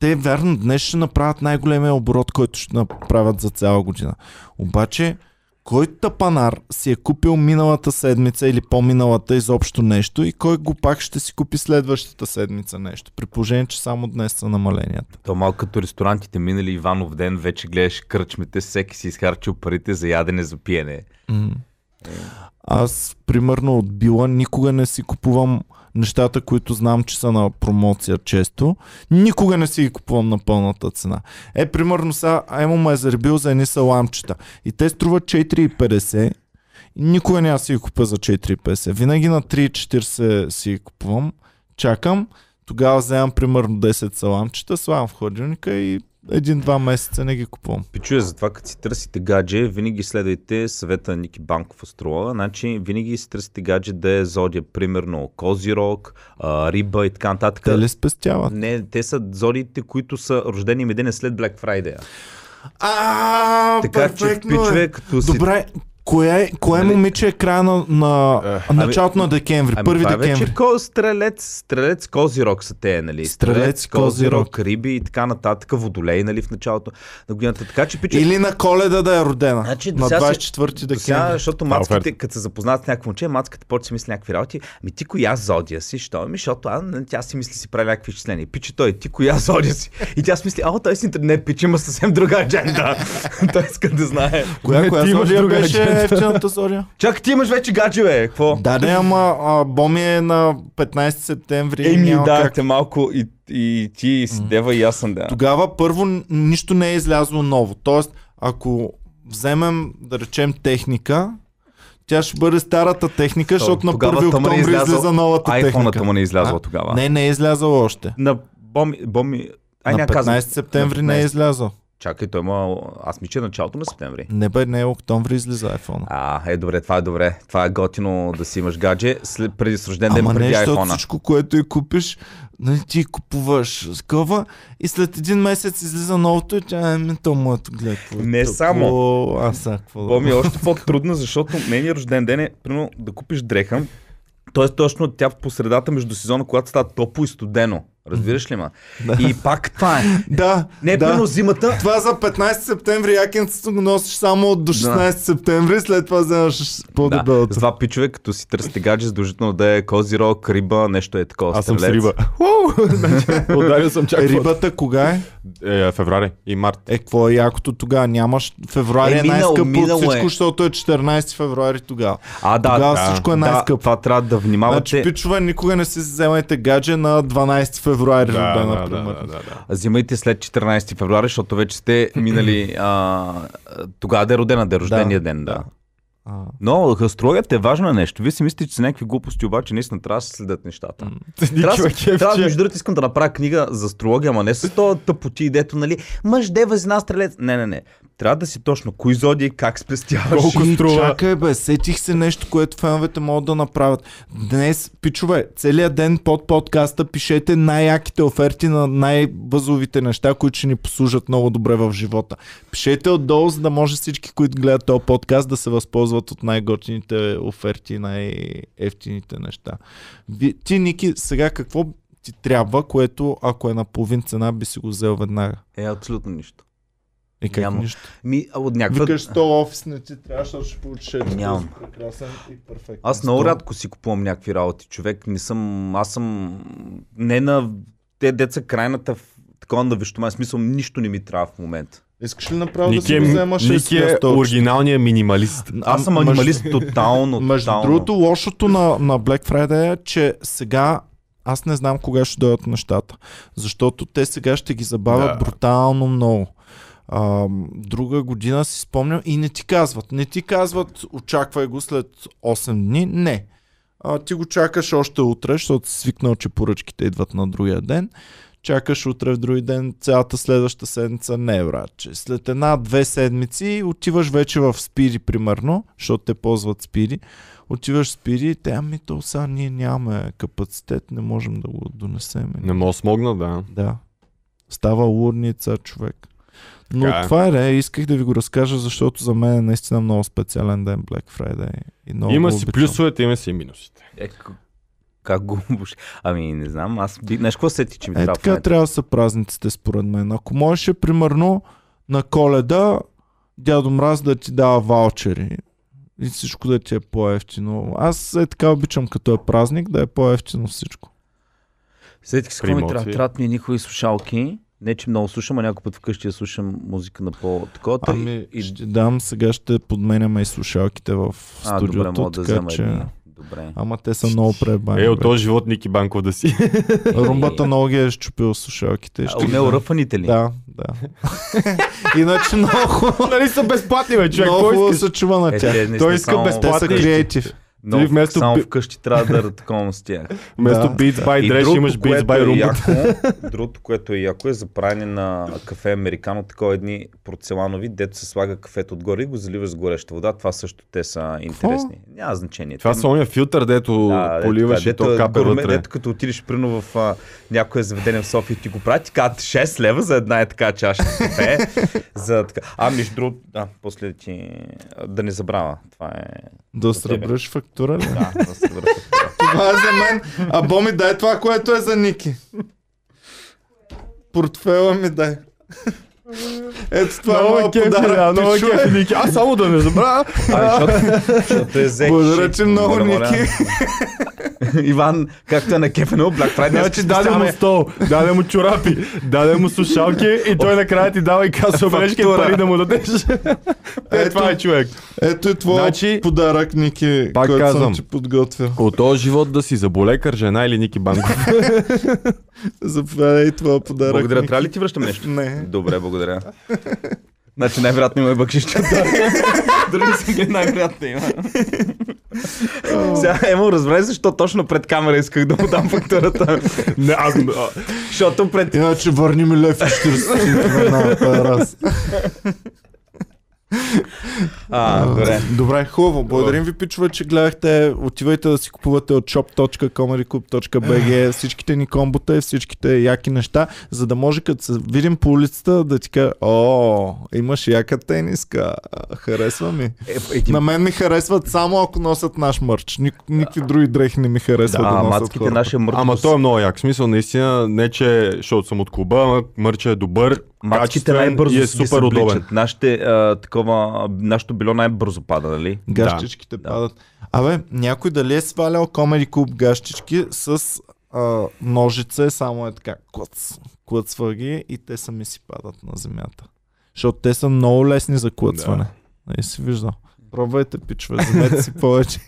[SPEAKER 1] те вярно днес ще направят най-големия оборот, който ще направят за цяла година. Обаче, кой тъпанар си е купил миналата седмица или по-миналата изобщо нещо и кой го пак ще си купи следващата седмица нещо, при положение, че само днес са намаленията.
[SPEAKER 4] То малко като ресторантите минали Иванов ден, вече гледаш кръчмите, всеки си изхарчил парите за ядене, за пиене.
[SPEAKER 1] Аз, примерно, от Била никога не си купувам нещата, които знам, че са на промоция често. Никога не си ги купувам на пълната цена. Е, примерно сега, Аймо ме е заребил за едни саламчета. И те струват 4,50. Никога няма си ги купя за 4,50. Винаги на 3,40 си ги купувам. Чакам. Тогава вземам примерно 10 саламчета, слагам в хладилника и един-два месеца не ги купувам.
[SPEAKER 2] Пичуя, затова като си търсите гадже, винаги следвайте съвета на Ники Банков астролога. Значи, винаги си търсите гадже да е зодия, примерно Козирог, а, Риба и така нататък.
[SPEAKER 1] Те ли спестяват?
[SPEAKER 2] Не, те са зодиите, които са рождени им ден след Black Friday.
[SPEAKER 1] А,
[SPEAKER 2] Така че,
[SPEAKER 1] перфектно е.
[SPEAKER 2] пичуе, като си...
[SPEAKER 1] Добре, кое, кое
[SPEAKER 2] Нали? Е,
[SPEAKER 1] момиче е края на, на началото на декември?
[SPEAKER 2] Ами,
[SPEAKER 1] Първи
[SPEAKER 2] това е
[SPEAKER 1] декември.
[SPEAKER 2] Вече ко, стрелец, стрелец, козирог са те, нали?
[SPEAKER 1] Стрелец, Козирог.
[SPEAKER 2] риби и така нататък, водолей, нали, в началото на годината. Така че, пиче,
[SPEAKER 1] Или на коледа да е родена.
[SPEAKER 2] Значи, до
[SPEAKER 1] на
[SPEAKER 2] сега се-
[SPEAKER 1] 24
[SPEAKER 2] до сега,
[SPEAKER 1] декември.
[SPEAKER 2] защото мацките, като се запознат с някакво момче, мацката почва да си мисли някакви работи. Ми ти коя зодия си? Що? Ами, защото а, нали, тя си мисли си прави някакви изчисления. Пиче той, ти коя зодия си? И тя си мисли, а, той си не пиче, има съвсем друга адженда. той иска да знае.
[SPEAKER 1] Коя,
[SPEAKER 3] Не,
[SPEAKER 1] коя
[SPEAKER 3] ти имаш
[SPEAKER 1] Зория
[SPEAKER 3] друга
[SPEAKER 1] беше
[SPEAKER 3] адженда.
[SPEAKER 1] евтината Зория?
[SPEAKER 2] Чакай, ти имаш вече гадже, бе. Какво?
[SPEAKER 1] Да, да, ама а, Боми е на 15 септември.
[SPEAKER 2] Еми,
[SPEAKER 1] няма
[SPEAKER 2] да,
[SPEAKER 1] как.
[SPEAKER 2] те малко и, и ти и си дева и аз съм да.
[SPEAKER 1] Тогава първо н- нищо не е излязло ново. Тоест, ако вземем, да речем, техника, тя ще бъде старата техника, защото на 1
[SPEAKER 2] тъма не
[SPEAKER 1] октомври
[SPEAKER 2] е излязъл-
[SPEAKER 1] излиза новата
[SPEAKER 2] iPhone-ата
[SPEAKER 1] техника.
[SPEAKER 2] му не е излязла
[SPEAKER 1] А?
[SPEAKER 2] тогава.
[SPEAKER 1] Не, не е излязала още.
[SPEAKER 2] На боми... боми... Ай,
[SPEAKER 1] на
[SPEAKER 2] няма
[SPEAKER 1] 15
[SPEAKER 2] казвам.
[SPEAKER 1] септември
[SPEAKER 2] На
[SPEAKER 1] не е
[SPEAKER 2] 15.
[SPEAKER 1] излязъл.
[SPEAKER 2] Чакай, той има... Аз ми че е началото на септември.
[SPEAKER 1] Не бе, не е октомври излиза iPhone.
[SPEAKER 2] А, е добре, това е добре. Това е готино да си имаш гадже след, преди с рожден ден
[SPEAKER 1] Ама не,
[SPEAKER 2] преди
[SPEAKER 1] защото
[SPEAKER 2] iPhone.
[SPEAKER 1] всичко, което и купиш, нали, ти купуваш скъва и след един месец излиза новото и тя е ми то моето гледа. какво е
[SPEAKER 2] Не
[SPEAKER 1] такова,
[SPEAKER 2] само.
[SPEAKER 1] А сега какво да
[SPEAKER 2] Боми е още по-трудно, защото нейният рожден ден е примерно да купиш дреха. Тоест точно тя в посредата между сезона, когато става топло и студено. Разбираш ли ма? И пак това е.
[SPEAKER 1] Да,
[SPEAKER 2] Не,
[SPEAKER 1] да.
[SPEAKER 2] примерно зимата,
[SPEAKER 1] Това за 15 септември якенцето го носиш само до 16 септември, след това вземаш
[SPEAKER 2] Да,
[SPEAKER 1] по-дебелото.
[SPEAKER 2] затова пичове, като си търсите гадже, задължително да е козирог, риба, нещо е такова.
[SPEAKER 3] Аз съм с
[SPEAKER 2] стрелец.
[SPEAKER 3] риба. Значи, Ударил съм чак.
[SPEAKER 1] Е, Рибата кога е?
[SPEAKER 3] Е, феврари и март.
[SPEAKER 1] Е, какво е якото тогава? Нямаш февруари
[SPEAKER 2] Е,
[SPEAKER 1] е,
[SPEAKER 2] минало,
[SPEAKER 1] най-скъпо от
[SPEAKER 2] минало е.
[SPEAKER 1] всичко, защото е 14 февруари тогава.
[SPEAKER 2] А, да,
[SPEAKER 1] Тогава
[SPEAKER 2] да,
[SPEAKER 1] всичко е
[SPEAKER 2] да,
[SPEAKER 1] най-скъпо.
[SPEAKER 2] Това трябва да внимавате.
[SPEAKER 1] Значи, пичове, никога не си вземайте гадже на 12 февруари,
[SPEAKER 3] Да,
[SPEAKER 1] да,
[SPEAKER 3] да, да,
[SPEAKER 1] например.
[SPEAKER 3] да, да, да.
[SPEAKER 2] Взимайте след 14 февруари, защото вече сте минали а, тогава да е родена, да е рождения ден. Да.
[SPEAKER 1] А.
[SPEAKER 2] Но астрологията е важно нещо. Вие си мислите, че са някакви глупости, обаче наистина трябва да се следят нещата. Трябва, да се-
[SPEAKER 3] Никаква
[SPEAKER 2] трябва,
[SPEAKER 3] кефче.
[SPEAKER 2] между другото, искам да направя книга за астрология, ама не с то тъпоти, дето, нали, мъж дева зина стрелец. Не, не, не. Трябва да си точно кои зоди, как спестяваш.
[SPEAKER 3] Колко струва?
[SPEAKER 1] Чакай бе, сетих се нещо, което феновете могат да направят. Днес, пичове, целият ден под подкаста пишете най-яките оферти на най-базовите неща, които ще ни послужат много добре в живота. Пишете отдолу, за да може всички, които гледат този подкаст, да се възползват от най-готините оферти, най-ефтините неща. Ви- Ти, Ники, сега какво ти трябва, което ако е на половин цена, би си го взел веднага?
[SPEAKER 2] Е, абсолютно нищо.
[SPEAKER 1] И как
[SPEAKER 2] Няма.
[SPEAKER 1] нищо?
[SPEAKER 2] Ми, а, от някаква...
[SPEAKER 1] Викаш, то офис не ти трябва, защото ще получиш ето
[SPEAKER 2] Нямам.
[SPEAKER 1] този прекрасен и перфектен.
[SPEAKER 2] Аз много
[SPEAKER 1] стол.
[SPEAKER 2] рядко си купувам някакви работи. Човек, не съм. Аз съм. Не на. Те деца крайната в такова на вещома. В Смисъл, нищо не ми трябва в момента.
[SPEAKER 1] Искаш ли направо да
[SPEAKER 3] Ники
[SPEAKER 1] си
[SPEAKER 3] е,
[SPEAKER 1] го вземаш
[SPEAKER 3] Ники е оригиналният минималист.
[SPEAKER 2] Аз съм
[SPEAKER 1] М- мъж-
[SPEAKER 2] анималист тотално.
[SPEAKER 1] Между
[SPEAKER 2] тотално.
[SPEAKER 1] другото, лошото на, на Black Friday е, че сега аз не знам кога ще дойдат нещата. Защото те сега ще ги забавят да.
[SPEAKER 3] Да.
[SPEAKER 1] брутално много. А, друга година си спомням и не ти казват. Не ти казват, очаквай го след 8 дни. Не. А, ти го чакаш още утре, защото си свикнал, че поръчките идват на другия ден. Чакаш утре в други ден, цялата следваща седмица не, братче. След една-две седмици отиваш вече в Спири, примерно, защото те ползват Спири. Отиваш в Спири и те, ами то сега ние нямаме капацитет, не можем да го донесем.
[SPEAKER 3] Не мога да смогна, да.
[SPEAKER 1] Да. Става лурница човек. Но
[SPEAKER 3] Така е.
[SPEAKER 1] това е, ре, исках да ви го разкажа, защото за мен е наистина много специален ден Black Friday. И много
[SPEAKER 3] Има
[SPEAKER 1] го
[SPEAKER 3] си
[SPEAKER 1] обичам.
[SPEAKER 3] плюсовете, има си и минусите.
[SPEAKER 2] Е, к- как го обуш- Ами, не знам. Аз. би- Знаеш, какво сети, че ми
[SPEAKER 1] Е,
[SPEAKER 2] трябва? в
[SPEAKER 1] така
[SPEAKER 2] момента?
[SPEAKER 1] трябва да са празниците, според мен. Ако можеше, примерно, на коледа дядо Мраз да ти дава ваучери и всичко да ти е по-ефтино. Аз е така обичам, като е празник, да е по-ефтино всичко.
[SPEAKER 2] Сетих с какво ми
[SPEAKER 3] Примоци.
[SPEAKER 2] трябва. Трябват ми никои слушалки. Не, че много слушам, а някой път вкъщи я слушам музика на по-такова. та
[SPEAKER 1] Ами,
[SPEAKER 2] и-
[SPEAKER 1] ще дам, сега ще подменяме и слушалките в
[SPEAKER 2] А, добре,
[SPEAKER 1] студиото,
[SPEAKER 2] мога да
[SPEAKER 1] така
[SPEAKER 2] взема
[SPEAKER 1] че...
[SPEAKER 2] една. Добре.
[SPEAKER 1] Ама те са много пребани.
[SPEAKER 3] Е, от
[SPEAKER 1] бе.
[SPEAKER 3] този живот Ники Банков да си.
[SPEAKER 1] Румбата много ги е щупил слушалките.
[SPEAKER 2] А, от неоръфаните ли?
[SPEAKER 1] Да, да. Иначе много хубаво.
[SPEAKER 3] Нали са безплатни, бе,
[SPEAKER 1] Много хубаво се чува на
[SPEAKER 2] Е,
[SPEAKER 1] тях.
[SPEAKER 2] те не
[SPEAKER 3] Той
[SPEAKER 2] са
[SPEAKER 3] иска
[SPEAKER 2] само-
[SPEAKER 3] безплатни.
[SPEAKER 1] Те са
[SPEAKER 3] платни.
[SPEAKER 1] креатив.
[SPEAKER 2] Но
[SPEAKER 3] Ти вместо
[SPEAKER 2] само
[SPEAKER 3] би-
[SPEAKER 2] вкъщи трябва да ратковам с тях.
[SPEAKER 3] Вместо
[SPEAKER 1] Да.
[SPEAKER 3] Beats by
[SPEAKER 2] И
[SPEAKER 3] Dresh
[SPEAKER 2] другото,
[SPEAKER 3] имаш Beats
[SPEAKER 2] което е
[SPEAKER 3] by Roomba.
[SPEAKER 2] яко, Другото, което е яко, е за правене на кафе американо, такова едни порцеланови, дето се слага кафето отгоре и го заливаш с гореща вода. Това също те са интересни. Няма значение.
[SPEAKER 3] Това
[SPEAKER 2] Те-
[SPEAKER 3] са ония филтър, дето
[SPEAKER 2] Да, ето
[SPEAKER 3] поливаш
[SPEAKER 2] така,
[SPEAKER 3] и то
[SPEAKER 2] е
[SPEAKER 3] капе
[SPEAKER 2] гурме,
[SPEAKER 3] вътре.
[SPEAKER 2] Дето като отидеш прино в а, някое заведение в София и ти го прати, казват 6 лева за една е така чаша кафе. за така. А между другото, да, после ти... а, Да не забравя. Това е...
[SPEAKER 1] Да
[SPEAKER 2] тебе.
[SPEAKER 1] сребреш фактура ли?
[SPEAKER 2] Да, да се върна.
[SPEAKER 1] Това е за мен. А Боми, дай това, което е за Ники. Портфела ми дай. Ето това е моят
[SPEAKER 3] кефи, да,
[SPEAKER 1] подарък.
[SPEAKER 3] много
[SPEAKER 1] ти чуе.
[SPEAKER 3] кефи, Ники. Аз само да не забравя.
[SPEAKER 2] А, защото, защото е зек.
[SPEAKER 1] Благодаря
[SPEAKER 2] шик,
[SPEAKER 1] ти много,
[SPEAKER 2] благодаря.
[SPEAKER 1] Ники.
[SPEAKER 2] Иван, както е на кефено, Black Friday.
[SPEAKER 3] Значи даде му стол, даде му чорапи, даде му слушалки и той накрая ти дава и каса бележки и
[SPEAKER 2] Фактура.
[SPEAKER 3] пари да му дадеш. Е, това е човек.
[SPEAKER 1] Ето и твой
[SPEAKER 3] Значи-
[SPEAKER 1] подарък, Ники,
[SPEAKER 3] Пак
[SPEAKER 1] който съм
[SPEAKER 3] казвам.
[SPEAKER 1] ти подготвил.
[SPEAKER 3] От този живот да си заболекар, жена или Ники Банков.
[SPEAKER 1] Заповядай твоя подарък.
[SPEAKER 2] Благодаря.
[SPEAKER 1] Ники.
[SPEAKER 2] Трябва ли ти връщам нещо?
[SPEAKER 1] Не.
[SPEAKER 2] Добре, благодаря. Значи най-вероятно има и бъкшище. Дори не съм гледал най-вероятно има. Сега Емо разбра ли защо точно пред камера исках да му дам фактурата.
[SPEAKER 3] Не, аз... а,
[SPEAKER 2] Защото пред...
[SPEAKER 1] Иначе върни ми лев и 40 на раз.
[SPEAKER 2] А, добре.
[SPEAKER 1] Е, Добре, хубаво. Благодарим ви, пичове, че гледахте. Отивайте да си купувате от
[SPEAKER 2] Е.
[SPEAKER 1] shop.comedyclub.bg всичките ни комбота и всичките яки неща, за да може като се видим по улицата да ти кажа, о, имаш яка тениска, харесва ми.
[SPEAKER 2] Е, един...
[SPEAKER 1] На мен ми харесват само ако носят наш мърч. Ник- никакви други дрехи не ми харесват да,
[SPEAKER 2] А,
[SPEAKER 1] да носят
[SPEAKER 2] мацките
[SPEAKER 1] хората.
[SPEAKER 2] наши мъртви.
[SPEAKER 3] Ама той е много як. В Смисъл, наистина, не че, защото съм от клуба, ама мърча е добър,
[SPEAKER 2] Мацките
[SPEAKER 3] качествен
[SPEAKER 2] най-бързо
[SPEAKER 3] и е
[SPEAKER 2] си
[SPEAKER 3] супер
[SPEAKER 2] се
[SPEAKER 3] удобен.
[SPEAKER 2] обличат. Нашите, а, такова, нашето било най-бързо пада, нали?
[SPEAKER 1] Гащичките
[SPEAKER 2] Да.
[SPEAKER 1] падат. Абе, някой дали е свалял Comedy Club гащички с а, ножице, само е така, клъц. Клъцва ги и те сами си падат на земята. Защото те са много лесни за клъцване. Да. Не си виждал. Пробвайте, пичове, вземете си повече.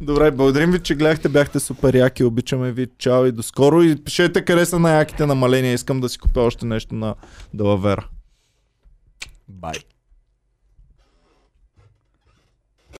[SPEAKER 1] Добре, благодарим ви, че гледахте, бяхте супер яки, обичаме ви, чао и до скоро. И пишете къде са най-яките намаления, искам да си купя още нещо на Далавера.
[SPEAKER 2] Бай.